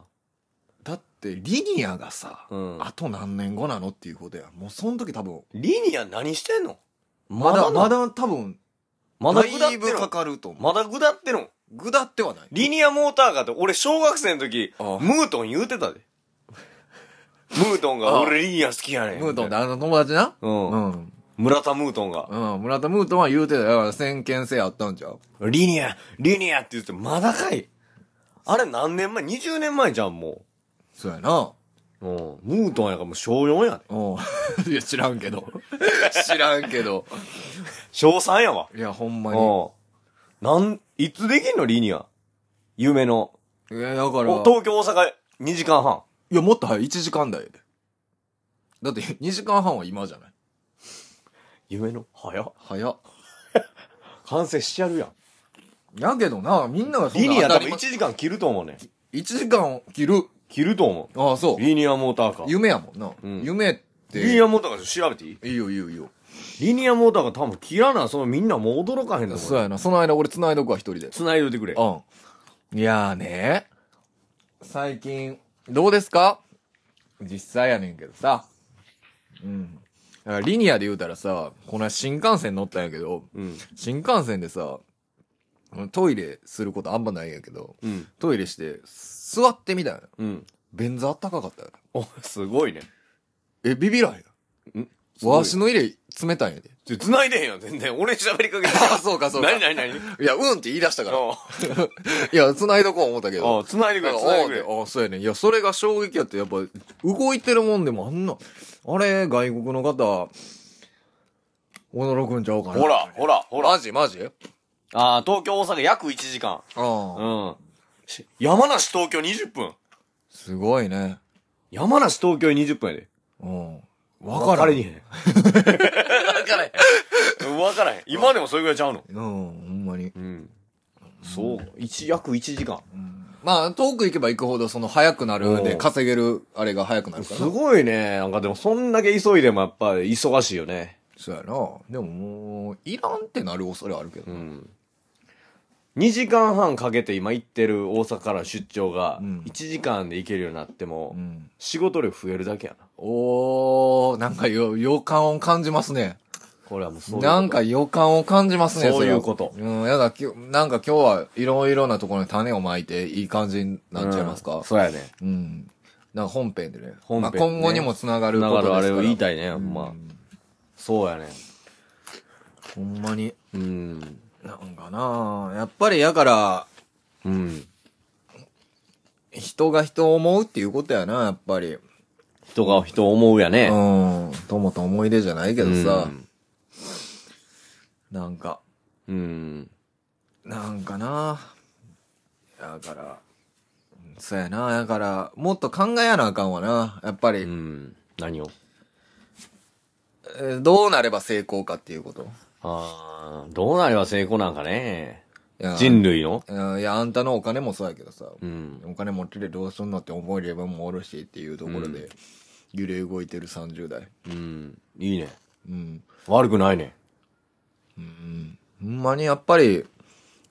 Speaker 3: だって、リニアがさ、
Speaker 1: うん
Speaker 3: あと何年後なのっていうことや。もうその時多分、
Speaker 1: リニア何してんの
Speaker 3: まだ、
Speaker 1: ま
Speaker 3: ま
Speaker 1: だ、
Speaker 3: だ多分、
Speaker 1: まだ下っ
Speaker 3: だ
Speaker 1: て
Speaker 3: い
Speaker 1: ん
Speaker 3: ぶか
Speaker 1: の
Speaker 3: かると思う。
Speaker 1: まだ下ってんの
Speaker 3: ぐだってはない。
Speaker 1: リニアモーターカーって俺小学生の時、
Speaker 3: ああ
Speaker 1: ムートン言うてたで。ムートン
Speaker 3: ああ
Speaker 1: が俺リニア好きやねん。
Speaker 3: ムートンで
Speaker 1: だ。
Speaker 3: あの友達な。
Speaker 1: うん。
Speaker 3: うん。
Speaker 1: 村田ムートンが、
Speaker 3: うん。村田ムートンは言うてたよ。だから先見性あったんちゃう
Speaker 1: リニア、リニアって言ってまだかい。あれ何年前 ?20 年前じゃん、も
Speaker 3: そうやな。
Speaker 1: う。うん。ムートンやからもう小4やで。
Speaker 3: うん。 [LAUGHS] いや、知らんけど。知らんけど。
Speaker 1: 小3やわ。
Speaker 3: いや、ほんまに。
Speaker 1: うん。なん、いつできんのリニア。夢の。
Speaker 3: いや、だか
Speaker 1: お
Speaker 3: ら。
Speaker 1: 東京、大阪、2時間半。
Speaker 3: いや、もっと早い。1時間台やで。だって、2時間半は今じゃない
Speaker 1: 夢の早っ
Speaker 3: 早っ。
Speaker 1: 完成しちゃるやん。
Speaker 3: やけどな、みんながそん
Speaker 1: リ
Speaker 3: な
Speaker 1: ニア
Speaker 3: 当
Speaker 1: 多
Speaker 3: た
Speaker 1: 分
Speaker 3: り
Speaker 1: 1
Speaker 3: 前
Speaker 1: 時間切ると思うね。
Speaker 3: 一時間を切る。
Speaker 1: 切ると思。
Speaker 3: ああ、そうう。
Speaker 1: リニアモーターカー。
Speaker 3: 夢やもんな。
Speaker 1: ん
Speaker 3: 夢って。
Speaker 1: リニアモーターカー調べていい
Speaker 3: いいよ、いいよ、いいよ。
Speaker 1: リニアモーターカー多分切らな、そのみんなもう驚かへんと
Speaker 3: そう
Speaker 1: 思う。
Speaker 3: やな。その間俺繋いどくわ、一人で。
Speaker 1: 繋いでおいてくれ。
Speaker 3: うん。いやーね。最近、どうですか実際やねんけどさ。うん。だからリニアで言うたらさ、この間新幹線乗ったんやけど、
Speaker 1: うん。
Speaker 3: 新幹線でさ、トイレすることあんまないんやけど、
Speaker 1: うん。
Speaker 3: トイレして、座ってみたいな。
Speaker 1: うん。
Speaker 3: 便座あったかかったよ。
Speaker 1: お、すごいね。
Speaker 3: え、ビビらへん。
Speaker 1: ん
Speaker 3: わしの入れ冷たいんやで。
Speaker 1: ちょ繋いでへんよ、全然。俺に喋りかけて。[LAUGHS]
Speaker 3: [LAUGHS] あ、そうかそうか。
Speaker 1: 何何何
Speaker 3: いや、うんって言い出したから。
Speaker 1: おう
Speaker 3: いや、繋いどこう思ったけど。
Speaker 1: おう [LAUGHS] 繋いでくれ、繋いでくれ。
Speaker 3: ああ、そうやね。いや、それが衝撃やって、やっぱ、動いてるもんでもあんな、あれ、外国の方、驚くんちゃうかな。
Speaker 1: ほら、ほら、ほ
Speaker 3: ほ
Speaker 1: ら。
Speaker 3: ら。マジ、マジ
Speaker 1: ああ、東京、大阪約1時間。
Speaker 3: ああ。
Speaker 1: うん。し山梨、東京20分。
Speaker 3: すごいね。
Speaker 1: 山梨、東京20分やで。
Speaker 3: うん。わから
Speaker 1: れ
Speaker 3: ん。
Speaker 1: にへん。分からへ [LAUGHS] ん。分からへん。今でもそれぐらいちゃうの。
Speaker 3: うん、ほんまに。
Speaker 1: うん。そう。一、約1時間。
Speaker 3: まあ、遠く行けば行くほど、その、早くなる
Speaker 1: う
Speaker 3: で、
Speaker 1: ん
Speaker 3: 稼げる、あれが早くなるから
Speaker 1: す
Speaker 3: な。
Speaker 1: ごいね。なんかでも、そんだけ急いでもやっぱり忙しいよね。
Speaker 3: そうやな。でももう、いらんってなる恐れあるけど
Speaker 1: う
Speaker 3: な。
Speaker 1: ん。2時間半かけて今行ってる大阪からの出張が、
Speaker 3: うん
Speaker 1: 1時間で行けるようになっても
Speaker 3: う、ん。
Speaker 1: 仕事量増えるだけやな。
Speaker 3: おー、なんかよ、予感を感じますね。
Speaker 1: これはもうそういうこと
Speaker 3: なんか予感を感じますね、
Speaker 1: そういう
Speaker 3: れは
Speaker 1: こと
Speaker 3: うん、やだ、きゅなんか今日はいろいろなところに種をまいていい感じになっちゃいます
Speaker 1: うん
Speaker 3: か
Speaker 1: そうやね。
Speaker 3: うん。なんか本編でね。
Speaker 1: 本編でね
Speaker 3: まあ、今後にもつながる
Speaker 1: だ
Speaker 3: こ
Speaker 1: か
Speaker 3: とです
Speaker 1: ら
Speaker 3: から。
Speaker 1: あれを言いた
Speaker 3: い。
Speaker 1: いね、ほんま
Speaker 3: う。ん
Speaker 1: そうやね。
Speaker 3: ほんまに。
Speaker 1: うん。
Speaker 3: なんかなあやっぱりやから、
Speaker 1: うん。
Speaker 3: 人が人を思うっていうことやな、やっぱり。
Speaker 1: 人が人を思うやね。
Speaker 3: うん。友と思い出じゃないけどさ、なんか、
Speaker 1: うん。
Speaker 3: なんかなだから、そうやなだから、もっと考えやなあかんわな。やっぱり、
Speaker 1: うん。何を
Speaker 3: えーどうなれば成功かっていうこと。
Speaker 1: ああ、どうなれば成功なんかね。
Speaker 3: いや
Speaker 1: 人類の
Speaker 3: うんいや、あんたのお金もそうやけどさ、
Speaker 1: うん。
Speaker 3: お金持っててどうすんのって思いればもおるしっていうところ
Speaker 1: う
Speaker 3: で、揺れ動いてる30代。
Speaker 1: うん。いいね。
Speaker 3: うん。
Speaker 1: 悪くないね。
Speaker 3: ほんまにやっぱり、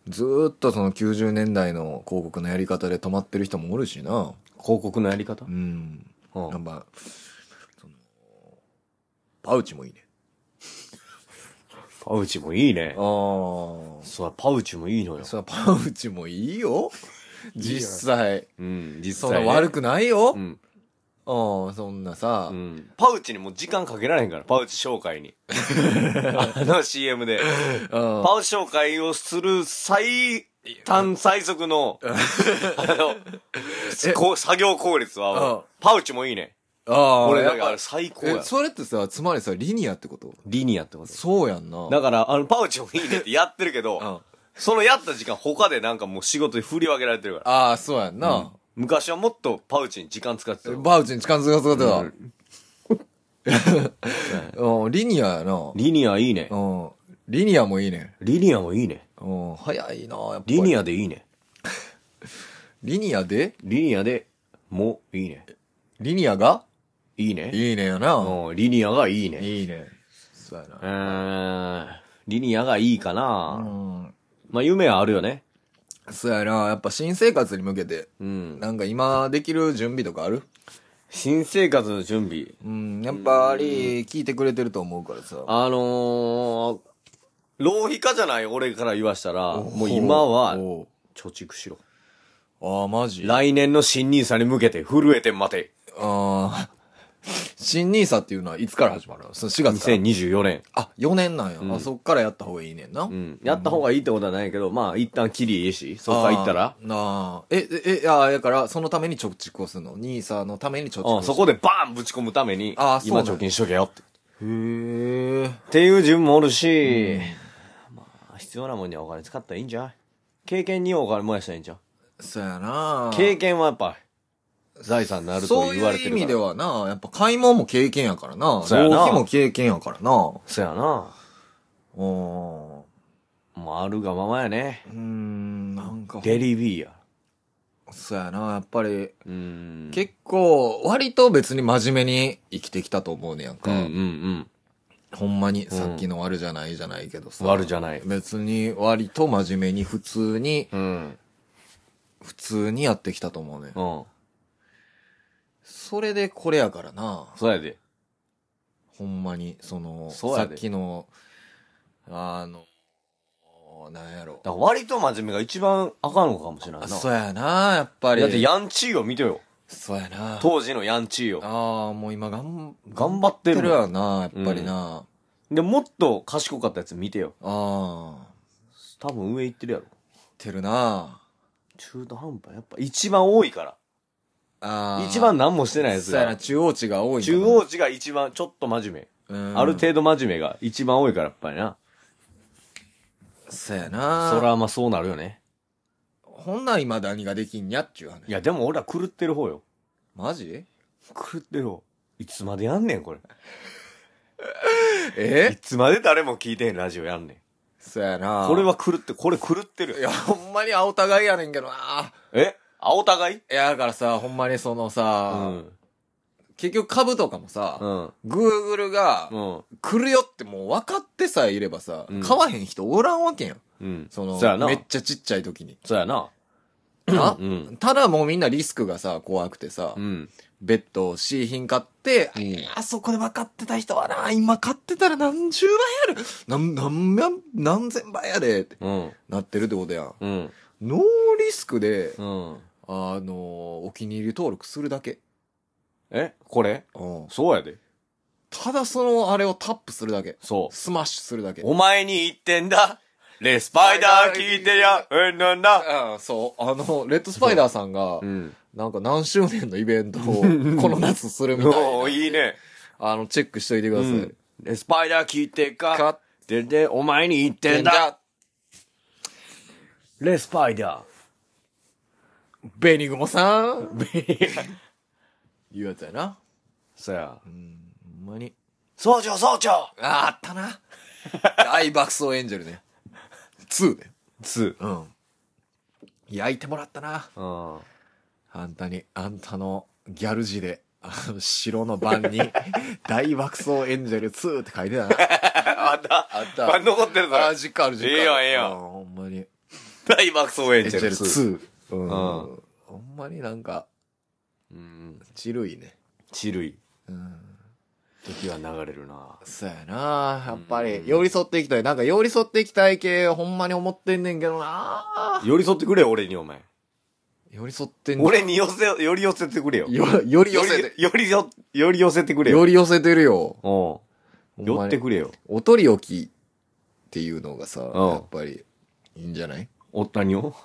Speaker 3: ずーっとその90年代の広告のやり方で止まってる人もおるしな。
Speaker 1: 広告のやり方
Speaker 3: うん。
Speaker 1: うん
Speaker 3: やっぱ、その、パウチもいいね。
Speaker 1: パウチもいいね。
Speaker 3: ああ。
Speaker 1: そう、パウチもいいのよ。
Speaker 3: それはパウチもいいよ。実際。
Speaker 1: うん、
Speaker 3: そ
Speaker 1: 実
Speaker 3: んな
Speaker 1: 際、ね。
Speaker 3: 悪くないよ
Speaker 1: う。ん。
Speaker 3: ああ、そんなさ
Speaker 1: う。ん。パウチにもう時間かけられへんから、パウチ紹介 [LAUGHS] に。あの CM で。
Speaker 3: うん
Speaker 1: パウチ紹介をする最短最速の、あの、こう作業効率
Speaker 3: うん
Speaker 1: は、パウチもいいね。
Speaker 3: ああ、
Speaker 1: 俺、だ
Speaker 3: やっ
Speaker 1: か
Speaker 3: ぱ
Speaker 1: ら最高
Speaker 3: え
Speaker 1: や。
Speaker 3: それってさ、つまりさ、リニアってこと
Speaker 1: リニアってこと
Speaker 3: そうやんな。
Speaker 1: だから、あの、パウチもいいねってやってるけ
Speaker 3: う
Speaker 1: ど、
Speaker 3: ん
Speaker 1: そのやった時間他でなんかもう仕事で振り分けられてるから。
Speaker 3: ああ、そうやんな。
Speaker 1: 昔はもっとパウチに時間使ってたよ。
Speaker 3: パウチに近づかせ方だ。 [LAUGHS] うん、リニアやな。
Speaker 1: リニアいいね
Speaker 3: う。ん。リニアもいいね。
Speaker 1: リニアもいいね。
Speaker 3: うん、早いな、やっぱり。
Speaker 1: リニ
Speaker 3: ア。
Speaker 1: アでいいね。
Speaker 3: リニアで
Speaker 1: リニアで、も、いいね。
Speaker 3: リニアが
Speaker 1: いいね。
Speaker 3: いいねよな。
Speaker 1: うん、リニアがいいね。
Speaker 3: いいね。そうやな
Speaker 1: う。ーん、リニアがいいか
Speaker 3: う
Speaker 1: な。
Speaker 3: ん。
Speaker 1: まあ、夢はあるよね。
Speaker 3: そうやな。やっぱ新生活に向けて、
Speaker 1: うん。
Speaker 3: なんか今できる準備とかある
Speaker 1: 新生活の準備。
Speaker 3: うん。やっぱり聞いてくれてると思うからさ。
Speaker 1: あのー、浪費家じゃない俺から言わしたら、もう今は貯
Speaker 3: おう
Speaker 1: 蓄しろ。
Speaker 3: ああ、マジあ
Speaker 1: 来年の新ニーサに向けて震えて待て。
Speaker 3: あー。新ニーサっていうのはいつから始まるのその4月から。
Speaker 1: 2024年。
Speaker 3: あ、4年なんや。
Speaker 1: ん
Speaker 3: あ、そっからやった方がいいねんな。
Speaker 1: うん。やった方がいいってことはないけど、まあ、一旦キリいいし、そっから行ったら
Speaker 3: あ、ーなあ。え、え、え、ああ、やから、そのために貯蓄をするの。ニーサのために貯蓄
Speaker 1: う
Speaker 3: を
Speaker 1: ん、
Speaker 3: する。
Speaker 1: そこでバーンぶち込むために
Speaker 3: あ、そう
Speaker 1: 今
Speaker 3: なんや
Speaker 1: 貯金しとけよって。
Speaker 3: へえ。
Speaker 1: っていう自分もおるし、まあ、必要なもんにはお金使ったらいいんじゃない経験にお金燃やしたらいいんじゃん
Speaker 3: そうやな
Speaker 1: 経験はやっぱ、財産になると
Speaker 3: そうい
Speaker 1: 言われ
Speaker 3: う
Speaker 1: てる
Speaker 3: 意
Speaker 1: から。
Speaker 3: 味ではな、やっぱ買い物も経験やからな。
Speaker 1: そうやな
Speaker 3: 浪費も経験やからな。
Speaker 1: そやな。
Speaker 3: うん。う
Speaker 1: もうあるがままやね。
Speaker 3: ーん、なんか、
Speaker 1: デリビーや。
Speaker 3: そうやな、やっぱり、
Speaker 1: うーん。
Speaker 3: 結構、割と別に真面目に生きてきたと思うねやんか。
Speaker 1: うんうん
Speaker 3: ほんまに、
Speaker 1: ん
Speaker 3: さっきの悪じゃないじゃないけど
Speaker 1: う
Speaker 3: さ。
Speaker 1: ん。悪じゃない。
Speaker 3: 別に割と真面目に普通に、
Speaker 1: うん。
Speaker 3: 普通にやってきたと思うね。
Speaker 1: うん。
Speaker 3: それでこれやからな。
Speaker 1: そうやで。
Speaker 3: ほんまに、その、
Speaker 1: そう
Speaker 3: さ
Speaker 1: や
Speaker 3: っ
Speaker 1: で
Speaker 3: きの、あの、なんやろ。
Speaker 1: だから割と真面目が一番あかんのかもしれないな。
Speaker 3: そうやな、やっぱり。
Speaker 1: だってヤンチーを見てよ。
Speaker 3: そうやな。
Speaker 1: 当時のヤンチーを。
Speaker 3: ああ、もう今がん、
Speaker 1: 頑張って
Speaker 3: てる
Speaker 1: るわ。
Speaker 3: やな、やっぱりな。
Speaker 1: で、もっと賢かったやつ見てよ。
Speaker 3: ああ、
Speaker 1: 多分上行ってるやろ。
Speaker 3: てるな。
Speaker 1: 中途半端やっぱ一番多いか
Speaker 3: あ
Speaker 1: ら。
Speaker 3: あ。
Speaker 1: 一番
Speaker 3: な
Speaker 1: 何もしてないやつ
Speaker 3: そうやな、
Speaker 1: が。
Speaker 3: 中央値が多いんだ
Speaker 1: 中
Speaker 3: な、
Speaker 1: 央値が一番ちょっと真面
Speaker 3: うん、
Speaker 1: 目。ある程度真面目が一番多いからやっぱりな。
Speaker 3: 度。そうやな。
Speaker 1: そらまあそうなるよね。
Speaker 3: ほんなら今何ができんにゃっちゅう話。
Speaker 1: いやでも俺ら狂ってる方よ。
Speaker 3: マジ
Speaker 1: 狂ってる方。いつまでやんねんこれ。い
Speaker 3: え
Speaker 1: つまで誰も聞いてへんラジオやんねん。
Speaker 3: そうやな。
Speaker 1: これ。は狂って、これ狂って
Speaker 3: い
Speaker 1: る。
Speaker 3: や、ほんまに青互いやねんけどな。
Speaker 1: え青互い
Speaker 3: いや、だからさ、ほんまにその
Speaker 1: う
Speaker 3: さ、
Speaker 1: ん。
Speaker 3: 結局株とかもさ、
Speaker 1: うん。
Speaker 3: Google が、
Speaker 1: うん。
Speaker 3: 来るよってもう分かってさえいればさ、
Speaker 1: うん
Speaker 3: 買わへん人おらんわけやん。
Speaker 1: うん。
Speaker 3: その
Speaker 1: そうやな
Speaker 3: めっ。ちゃちっちゃい時に。
Speaker 1: そうやな。
Speaker 3: な、
Speaker 1: うん
Speaker 3: ただもうみんなリスクがさ、怖くてさ、
Speaker 1: うん。
Speaker 3: ベッドを C 品買って、
Speaker 1: うん
Speaker 3: あそこで分かってた人はな、今買ってたら何十倍やる何、何万、何千倍やでって
Speaker 1: うん。
Speaker 3: なってるってことやん。
Speaker 1: うん。
Speaker 3: ノーリスクで、
Speaker 1: うん。
Speaker 3: あのーお気に入り登録するだけ。
Speaker 1: えこれ
Speaker 3: うん
Speaker 1: そうやで。
Speaker 3: ただそのあれをタップするだけ。
Speaker 1: そう。
Speaker 3: スマッシュするだけ。
Speaker 1: お前に言ってんだ。レスパイダー聞いてや、えんなんだ。
Speaker 3: ああそう。あの、レッドスパイダーさんが、
Speaker 1: ん。
Speaker 3: なんか何周年のイベント
Speaker 1: [LAUGHS]
Speaker 3: を、この夏するみたい
Speaker 1: おー
Speaker 3: な。
Speaker 1: いいね。
Speaker 3: あの、チェックしといてください。
Speaker 1: うんレスパイダー聞いて
Speaker 3: 買
Speaker 1: か
Speaker 3: っ。
Speaker 1: で、で、お前に言ってんだ。
Speaker 3: だ
Speaker 1: レスパイダ
Speaker 3: ベニグモさ
Speaker 1: [LAUGHS]
Speaker 3: ん
Speaker 1: ー。
Speaker 3: いうやつやな。
Speaker 1: そや。
Speaker 3: ほんまに。
Speaker 1: 総長、総長
Speaker 3: ああ、あった [LAUGHS] な。大爆走エンジェルね。2ね。
Speaker 1: つ。
Speaker 3: うん。焼いてもらったな。
Speaker 1: うん。
Speaker 3: あんたに、あんたのギャル字で、あの、白の版 [LAUGHS] に、大爆走エンジェル2って書いてたな。
Speaker 1: あった。
Speaker 3: [LAUGHS] あっ
Speaker 1: あ、残ってるぞ。
Speaker 3: あ、実家ある実家。
Speaker 1: ええやんええやん
Speaker 3: うんほんまに。
Speaker 1: 大爆走エ
Speaker 3: エ
Speaker 1: ン
Speaker 3: ン
Speaker 1: ジ
Speaker 3: ジ
Speaker 1: ェ
Speaker 3: ェ
Speaker 1: ル
Speaker 3: ル
Speaker 1: 2。
Speaker 3: 2。うん。
Speaker 1: ん
Speaker 3: ほんまになんか、
Speaker 1: うん。
Speaker 3: ちるいね。
Speaker 1: チルイ。
Speaker 3: うん。
Speaker 1: 時は流れるな。
Speaker 3: そうやなやっぱり、寄り添っていきたい。なんか寄り添っていきたい系、ほんまに思ってんねんけどな
Speaker 1: 寄り添ってくれよ、俺に、お前。
Speaker 3: 寄り添ってんねん。
Speaker 1: 俺に寄せ、寄り寄せてくれよ。
Speaker 3: よ、より寄せて。
Speaker 1: 寄り寄、寄り寄せてくれよ。
Speaker 3: より寄せてるよ。
Speaker 1: うん。
Speaker 3: ほん
Speaker 1: 寄
Speaker 3: ま
Speaker 1: っ
Speaker 3: に
Speaker 1: てくれよ。
Speaker 3: おとりおきっていうのがさ、
Speaker 1: ん
Speaker 3: やっぱり、いいんじゃない
Speaker 1: お、何を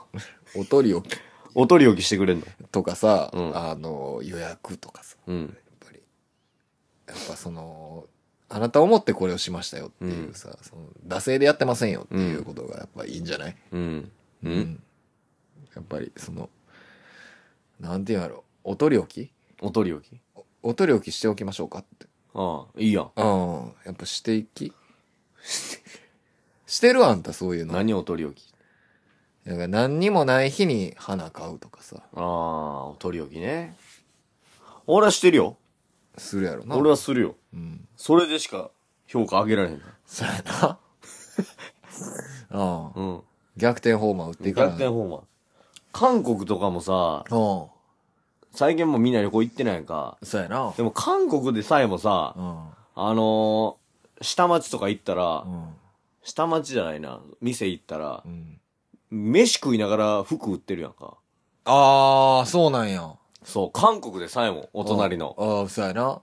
Speaker 3: おとりおき
Speaker 1: お取り置きしてくれんの
Speaker 3: とかさ、
Speaker 1: うん
Speaker 3: あの、予約とかさ。
Speaker 1: うん。
Speaker 3: やっぱりやっぱそのあなたを思ってこれをしましたよっていうさ、その惰性でやってませんよっていうことがやっぱいいんじゃない、
Speaker 1: うん。う。
Speaker 3: うんやっぱりそのなんていうんやろお取り置き
Speaker 1: お取り置き
Speaker 3: お取り置きしておきましょうかって
Speaker 1: ああ、いいやん。
Speaker 3: うんやっぱしていき [LAUGHS] してるあんたそういうの
Speaker 1: 何お取り置き
Speaker 3: なんか何にもない日に花買うとかさ
Speaker 1: ああ、お取り置きね。俺はしてるよ。
Speaker 3: するやろな。
Speaker 1: 俺はするよ。それでしか評価上げられへんから。
Speaker 3: そうやな。うん。
Speaker 1: うん。
Speaker 3: 逆転ホーマー打っていか
Speaker 1: 逆
Speaker 3: ない。
Speaker 1: 転ホーマー。韓国とかもさ、
Speaker 3: うん。
Speaker 1: 最近もうみんな旅行行ってないやんか。
Speaker 3: そうやな
Speaker 1: で。も韓国でさえもさ、
Speaker 3: うん。
Speaker 1: あのー下町とか行ったら、
Speaker 3: うん。
Speaker 1: 下町じゃないな、店行ったら
Speaker 3: う、ん。
Speaker 1: 飯食いながら服売ってるやんか。
Speaker 3: あー、そうなんや。
Speaker 1: そう、韓国でさえも、お隣の。
Speaker 3: ああ、そうやな。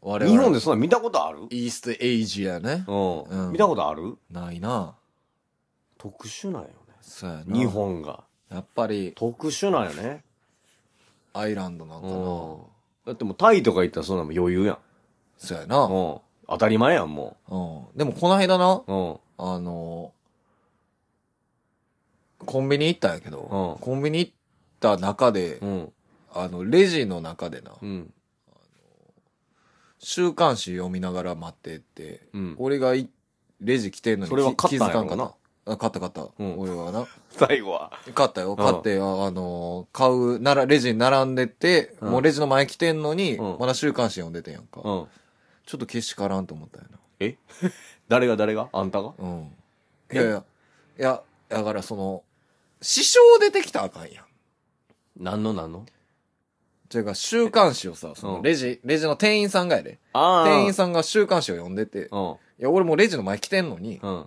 Speaker 3: 我々。
Speaker 1: 日本でそんな見たことある
Speaker 3: イーストエイジアね。
Speaker 1: う
Speaker 3: うん
Speaker 1: ん。見たことある
Speaker 3: ないな。
Speaker 1: 特殊なんよね。
Speaker 3: そうやな。
Speaker 1: 日。本が。
Speaker 3: やっぱり、
Speaker 1: 特殊なんよね。
Speaker 3: アイランドなんか
Speaker 1: うん
Speaker 3: な。。
Speaker 1: だってもうタイとか行ったらそんなもん余裕やん。
Speaker 3: そうやな。
Speaker 1: う
Speaker 3: うん。
Speaker 1: ん。当たり前やん、も
Speaker 3: でも、この間な、
Speaker 1: う。うん。
Speaker 3: あのーコンビニ行ったんやけど、
Speaker 1: うん
Speaker 3: コンビニ行った中で、
Speaker 1: うん。
Speaker 3: あの、レジの中でな、
Speaker 1: うん。
Speaker 3: 週刊誌読みながら待ってって、
Speaker 1: うん。
Speaker 3: 俺がいレジ来てんのに
Speaker 1: それは
Speaker 3: き
Speaker 1: 買ったんやろ
Speaker 3: 気づかんかった。あ買った買った、
Speaker 1: うん
Speaker 3: 俺はな。
Speaker 1: 最後は。
Speaker 3: 買ったよ。買って、ああのー買うなら、レジに並んでて、
Speaker 1: うん
Speaker 3: もうレジの前来てんのに、
Speaker 1: うん
Speaker 3: まだ週刊誌読んでてんやんか。
Speaker 1: うん。
Speaker 3: ちょっとけしからんと思ったよな。
Speaker 1: え誰が誰があんたが
Speaker 3: うん。い
Speaker 1: え
Speaker 3: やいや、いや、だからその、支障出てきたらあかんやん。
Speaker 1: 何の何の
Speaker 3: というか、週刊誌をさ、その
Speaker 1: うん
Speaker 3: レジ、レジの店員さんがやで。
Speaker 1: あ
Speaker 3: 店員
Speaker 1: さ
Speaker 3: さんが週刊誌を読んでて、い
Speaker 1: ん。
Speaker 3: や、俺もうレジの前来てんのに、
Speaker 1: うん。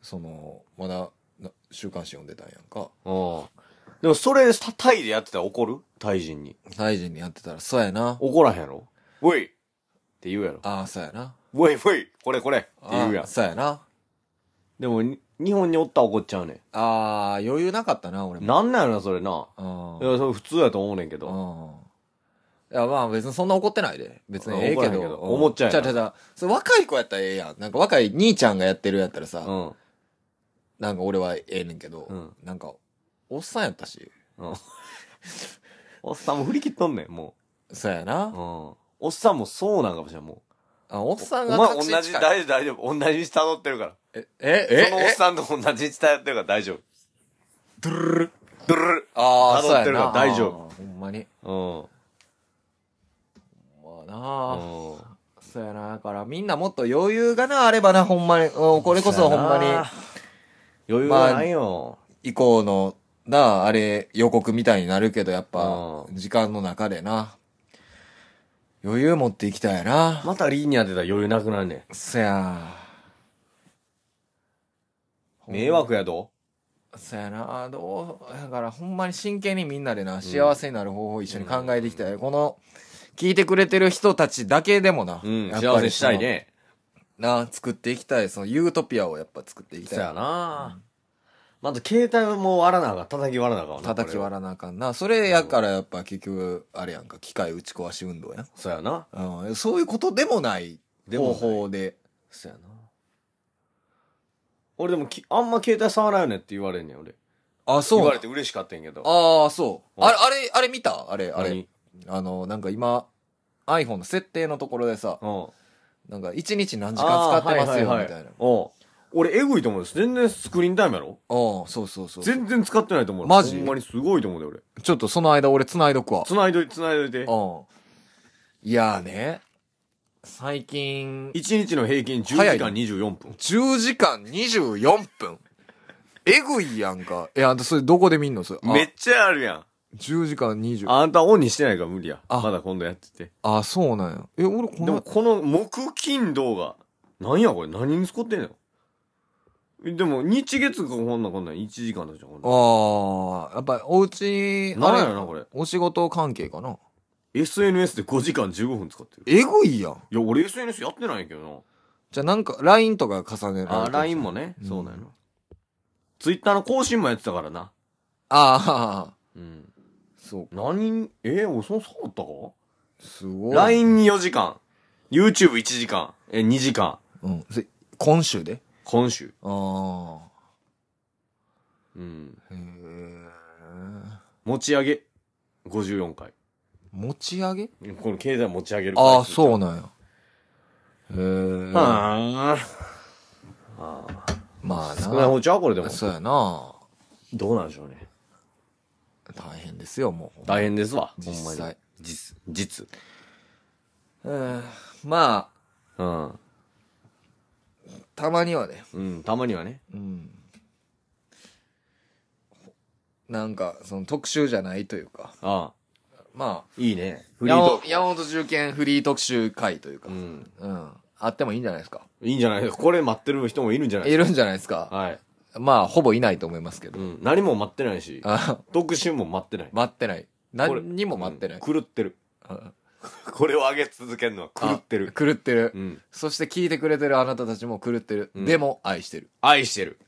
Speaker 3: その、まだ、な週刊誌読んでたんやんか。
Speaker 1: うん。でもそれ、タタイでやってたら怒るタイ人に。
Speaker 3: タイ人にやってたら、そうやな。
Speaker 1: 怒らへんやろウェイって言うやろ。
Speaker 3: ああ、そうやな。
Speaker 1: ウェイウェイこれこれって言うや
Speaker 3: あ
Speaker 1: ん
Speaker 3: ー。そうやな。
Speaker 1: でもに、日本におったら怒っちゃうね
Speaker 3: ああ、余裕なかったな、俺
Speaker 1: ん。
Speaker 3: も。
Speaker 1: なんなんやろな、それな。
Speaker 3: うん
Speaker 1: いや、それ普通やと思うねんけ
Speaker 3: う
Speaker 1: ど。
Speaker 3: ん。いや、まあ別にそんな怒ってないで。別にええ
Speaker 1: 怒ら
Speaker 3: け
Speaker 1: へんけ
Speaker 3: ど。
Speaker 1: ど思っちゃう
Speaker 3: ち
Speaker 1: や
Speaker 3: ゃ
Speaker 1: ん
Speaker 3: ちゃちゃ。それ若い子やったらええやん。なんか若い兄ちゃんがやってるやったらさ、
Speaker 1: うん。
Speaker 3: なんか俺はええねんけど、
Speaker 1: うん
Speaker 3: なんか、おっさんやったし。
Speaker 1: うん。おっさんも振り切っとんねん、も
Speaker 3: そうやな。
Speaker 1: う。うん。おっさんもそうなんかもしれん、も
Speaker 3: あ、おっさ
Speaker 1: う。
Speaker 3: ん
Speaker 1: お
Speaker 3: が
Speaker 1: 前同
Speaker 3: 確
Speaker 1: じ、
Speaker 3: 信
Speaker 1: 大
Speaker 3: 近
Speaker 1: 丈
Speaker 3: い
Speaker 1: 夫、大丈夫。同じ下取ってるから。
Speaker 3: え、え、え、
Speaker 1: そのおっさんと同じ下やってるから大丈夫。
Speaker 3: ドゥルルル
Speaker 1: ドゥルル
Speaker 3: ああ、
Speaker 1: 辿
Speaker 3: そう
Speaker 1: っ
Speaker 3: や
Speaker 1: てるか
Speaker 3: な。
Speaker 1: ら大丈夫
Speaker 3: あー。ほんまに。
Speaker 1: うん。
Speaker 3: まあなあ、
Speaker 1: うん
Speaker 3: そうやな。だからみんなもっと余裕がな、あればな、ほんまに。うん、これこそほんまに
Speaker 1: そうやな。余裕がないよ。
Speaker 3: 以降の、なあ、あれ、予告みたいになるけど、やっぱ、
Speaker 1: うん
Speaker 3: 時間の中でな。余裕持っていきたいな。
Speaker 1: またリーニャ出たら余裕なくなんね
Speaker 3: そや。
Speaker 1: ん。迷惑やど
Speaker 3: そやな。どう、だからほんまに真剣にみんなでな、幸せになる方法を一緒に考えていきたい。この、聞いてくれてる人たちだけでもな。
Speaker 1: うん。
Speaker 3: やっぱり
Speaker 1: 幸せしたいね。
Speaker 3: その。な、作っていきたい。その、ユートピアをやっぱ作っていきたい。
Speaker 1: そやな。まず携帯も割らなあかん。叩き割らなあかんな。
Speaker 3: 叩き
Speaker 1: ら。
Speaker 3: 割らなあかんな。それやからやっぱ結局、あれやんか、機械打ち壊し運動やん。
Speaker 1: そやな。
Speaker 3: うん、そういうことでもない
Speaker 1: でもな
Speaker 3: 方
Speaker 1: い
Speaker 3: 法で。
Speaker 1: そやな。俺でもき、あんま携帯触らんよねって言われんねん、俺。
Speaker 3: あ、
Speaker 1: 言
Speaker 3: そう
Speaker 1: わ
Speaker 3: な
Speaker 1: れ。て嬉しかったんやけど。
Speaker 3: ああ、そう。
Speaker 1: うん
Speaker 3: あれ、あれ、あれ見たあれ、あれ
Speaker 1: 何。
Speaker 3: あの、なんか今、iPhone の設定のところでさ、
Speaker 1: うん。
Speaker 3: なんか一日何時間使ってますよ、みたいな。
Speaker 1: うん。俺、えぐいと思うです。全然スクリーンタイムやろ
Speaker 3: ああ、そうそうそう。ち
Speaker 1: 全然使ってないと思う。
Speaker 3: マジ
Speaker 1: ほんまにすごいと思うで、俺。
Speaker 3: ょっとその間俺繋いどくわ。
Speaker 1: 繋いどい、繋いどいて
Speaker 3: う。ん。いやーね、最近、
Speaker 1: 1日の平均10時
Speaker 3: 早い
Speaker 1: 間24分。
Speaker 3: 10時間24分。えぐいやんか。いや、それどこで見んのそれ。あ
Speaker 1: めっちゃあるやん。
Speaker 3: 10時間20。あ
Speaker 1: あんたオンにしてないから無理や。
Speaker 3: あ
Speaker 1: まだ今度やってて。
Speaker 3: あ、そうなんや。え、俺こ
Speaker 1: でも
Speaker 3: の、
Speaker 1: この木金動画。なんやこれ何に使ってんのでも日月がこんなんこんなん1時間だじゃん。こんなん
Speaker 3: ああ、やっぱ、おうち、あ
Speaker 1: なんやろなこれ。
Speaker 3: お仕事関係かな。
Speaker 1: SNS で5時間15分使ってる。
Speaker 3: えぐいやん。
Speaker 1: いや、俺 SNS やってないんやけど
Speaker 3: じゃあなんか、LINE とか重ねられて
Speaker 1: な。あ、LINE も
Speaker 3: も。
Speaker 1: ね。
Speaker 3: うん
Speaker 1: そうだよな。Twitter の更新もやってたからな。
Speaker 3: ああ、
Speaker 1: うん。
Speaker 3: そう。
Speaker 1: 何、えー、俺その触ったか
Speaker 3: すごい。
Speaker 1: ?LINE に4時間。YouTube1 時間。え、2時間。
Speaker 3: うん。それ今週で
Speaker 1: 今週。
Speaker 3: あ
Speaker 1: うん。
Speaker 3: あ。へえ。
Speaker 1: 持ち上げ。54回。
Speaker 3: 持ち上げ
Speaker 1: この経済持ち上げる
Speaker 3: ああ、そう
Speaker 1: う。
Speaker 3: なんや。へえ。
Speaker 1: ああ。
Speaker 3: まあ
Speaker 1: 少ない
Speaker 3: な。
Speaker 1: 方ちゃうこれでも。
Speaker 3: そうやな。
Speaker 1: どうなんでしょうね。
Speaker 3: 大変ですよ、もう。
Speaker 1: 大変ですわ。ほん
Speaker 3: 実
Speaker 1: まに。
Speaker 3: 際。
Speaker 1: 実、実。
Speaker 3: うんまあ、
Speaker 1: うん。
Speaker 3: たまにはね、
Speaker 1: うん、たまにはね。
Speaker 3: うん。なんか、その特集じゃないというか、
Speaker 1: ああ、
Speaker 3: まあ、
Speaker 1: いいね。フリー
Speaker 3: 山
Speaker 1: ト
Speaker 3: 本山本中堅フリー特集会というか、
Speaker 1: ーク。うん。
Speaker 3: うん。あってもいいんじゃないですか。
Speaker 1: いいんじゃないこれ待ってる人もいるんじゃない
Speaker 3: いるんじゃないですか。
Speaker 1: はい。
Speaker 3: まあ、ほぼいないと思いますけ
Speaker 1: う
Speaker 3: ど。
Speaker 1: ん。何も待ってないし、
Speaker 3: あ
Speaker 1: 特集も待ってない。
Speaker 3: 待ってない。何にも待ってない。
Speaker 1: うん狂ってる。
Speaker 3: あ
Speaker 1: これを上げ続けるのは狂ってる。
Speaker 3: 狂ってる。
Speaker 1: うん。
Speaker 3: そして聞いてくれてるあなたたちも狂ってる。
Speaker 1: うん
Speaker 3: でも愛してる。
Speaker 1: 愛してる。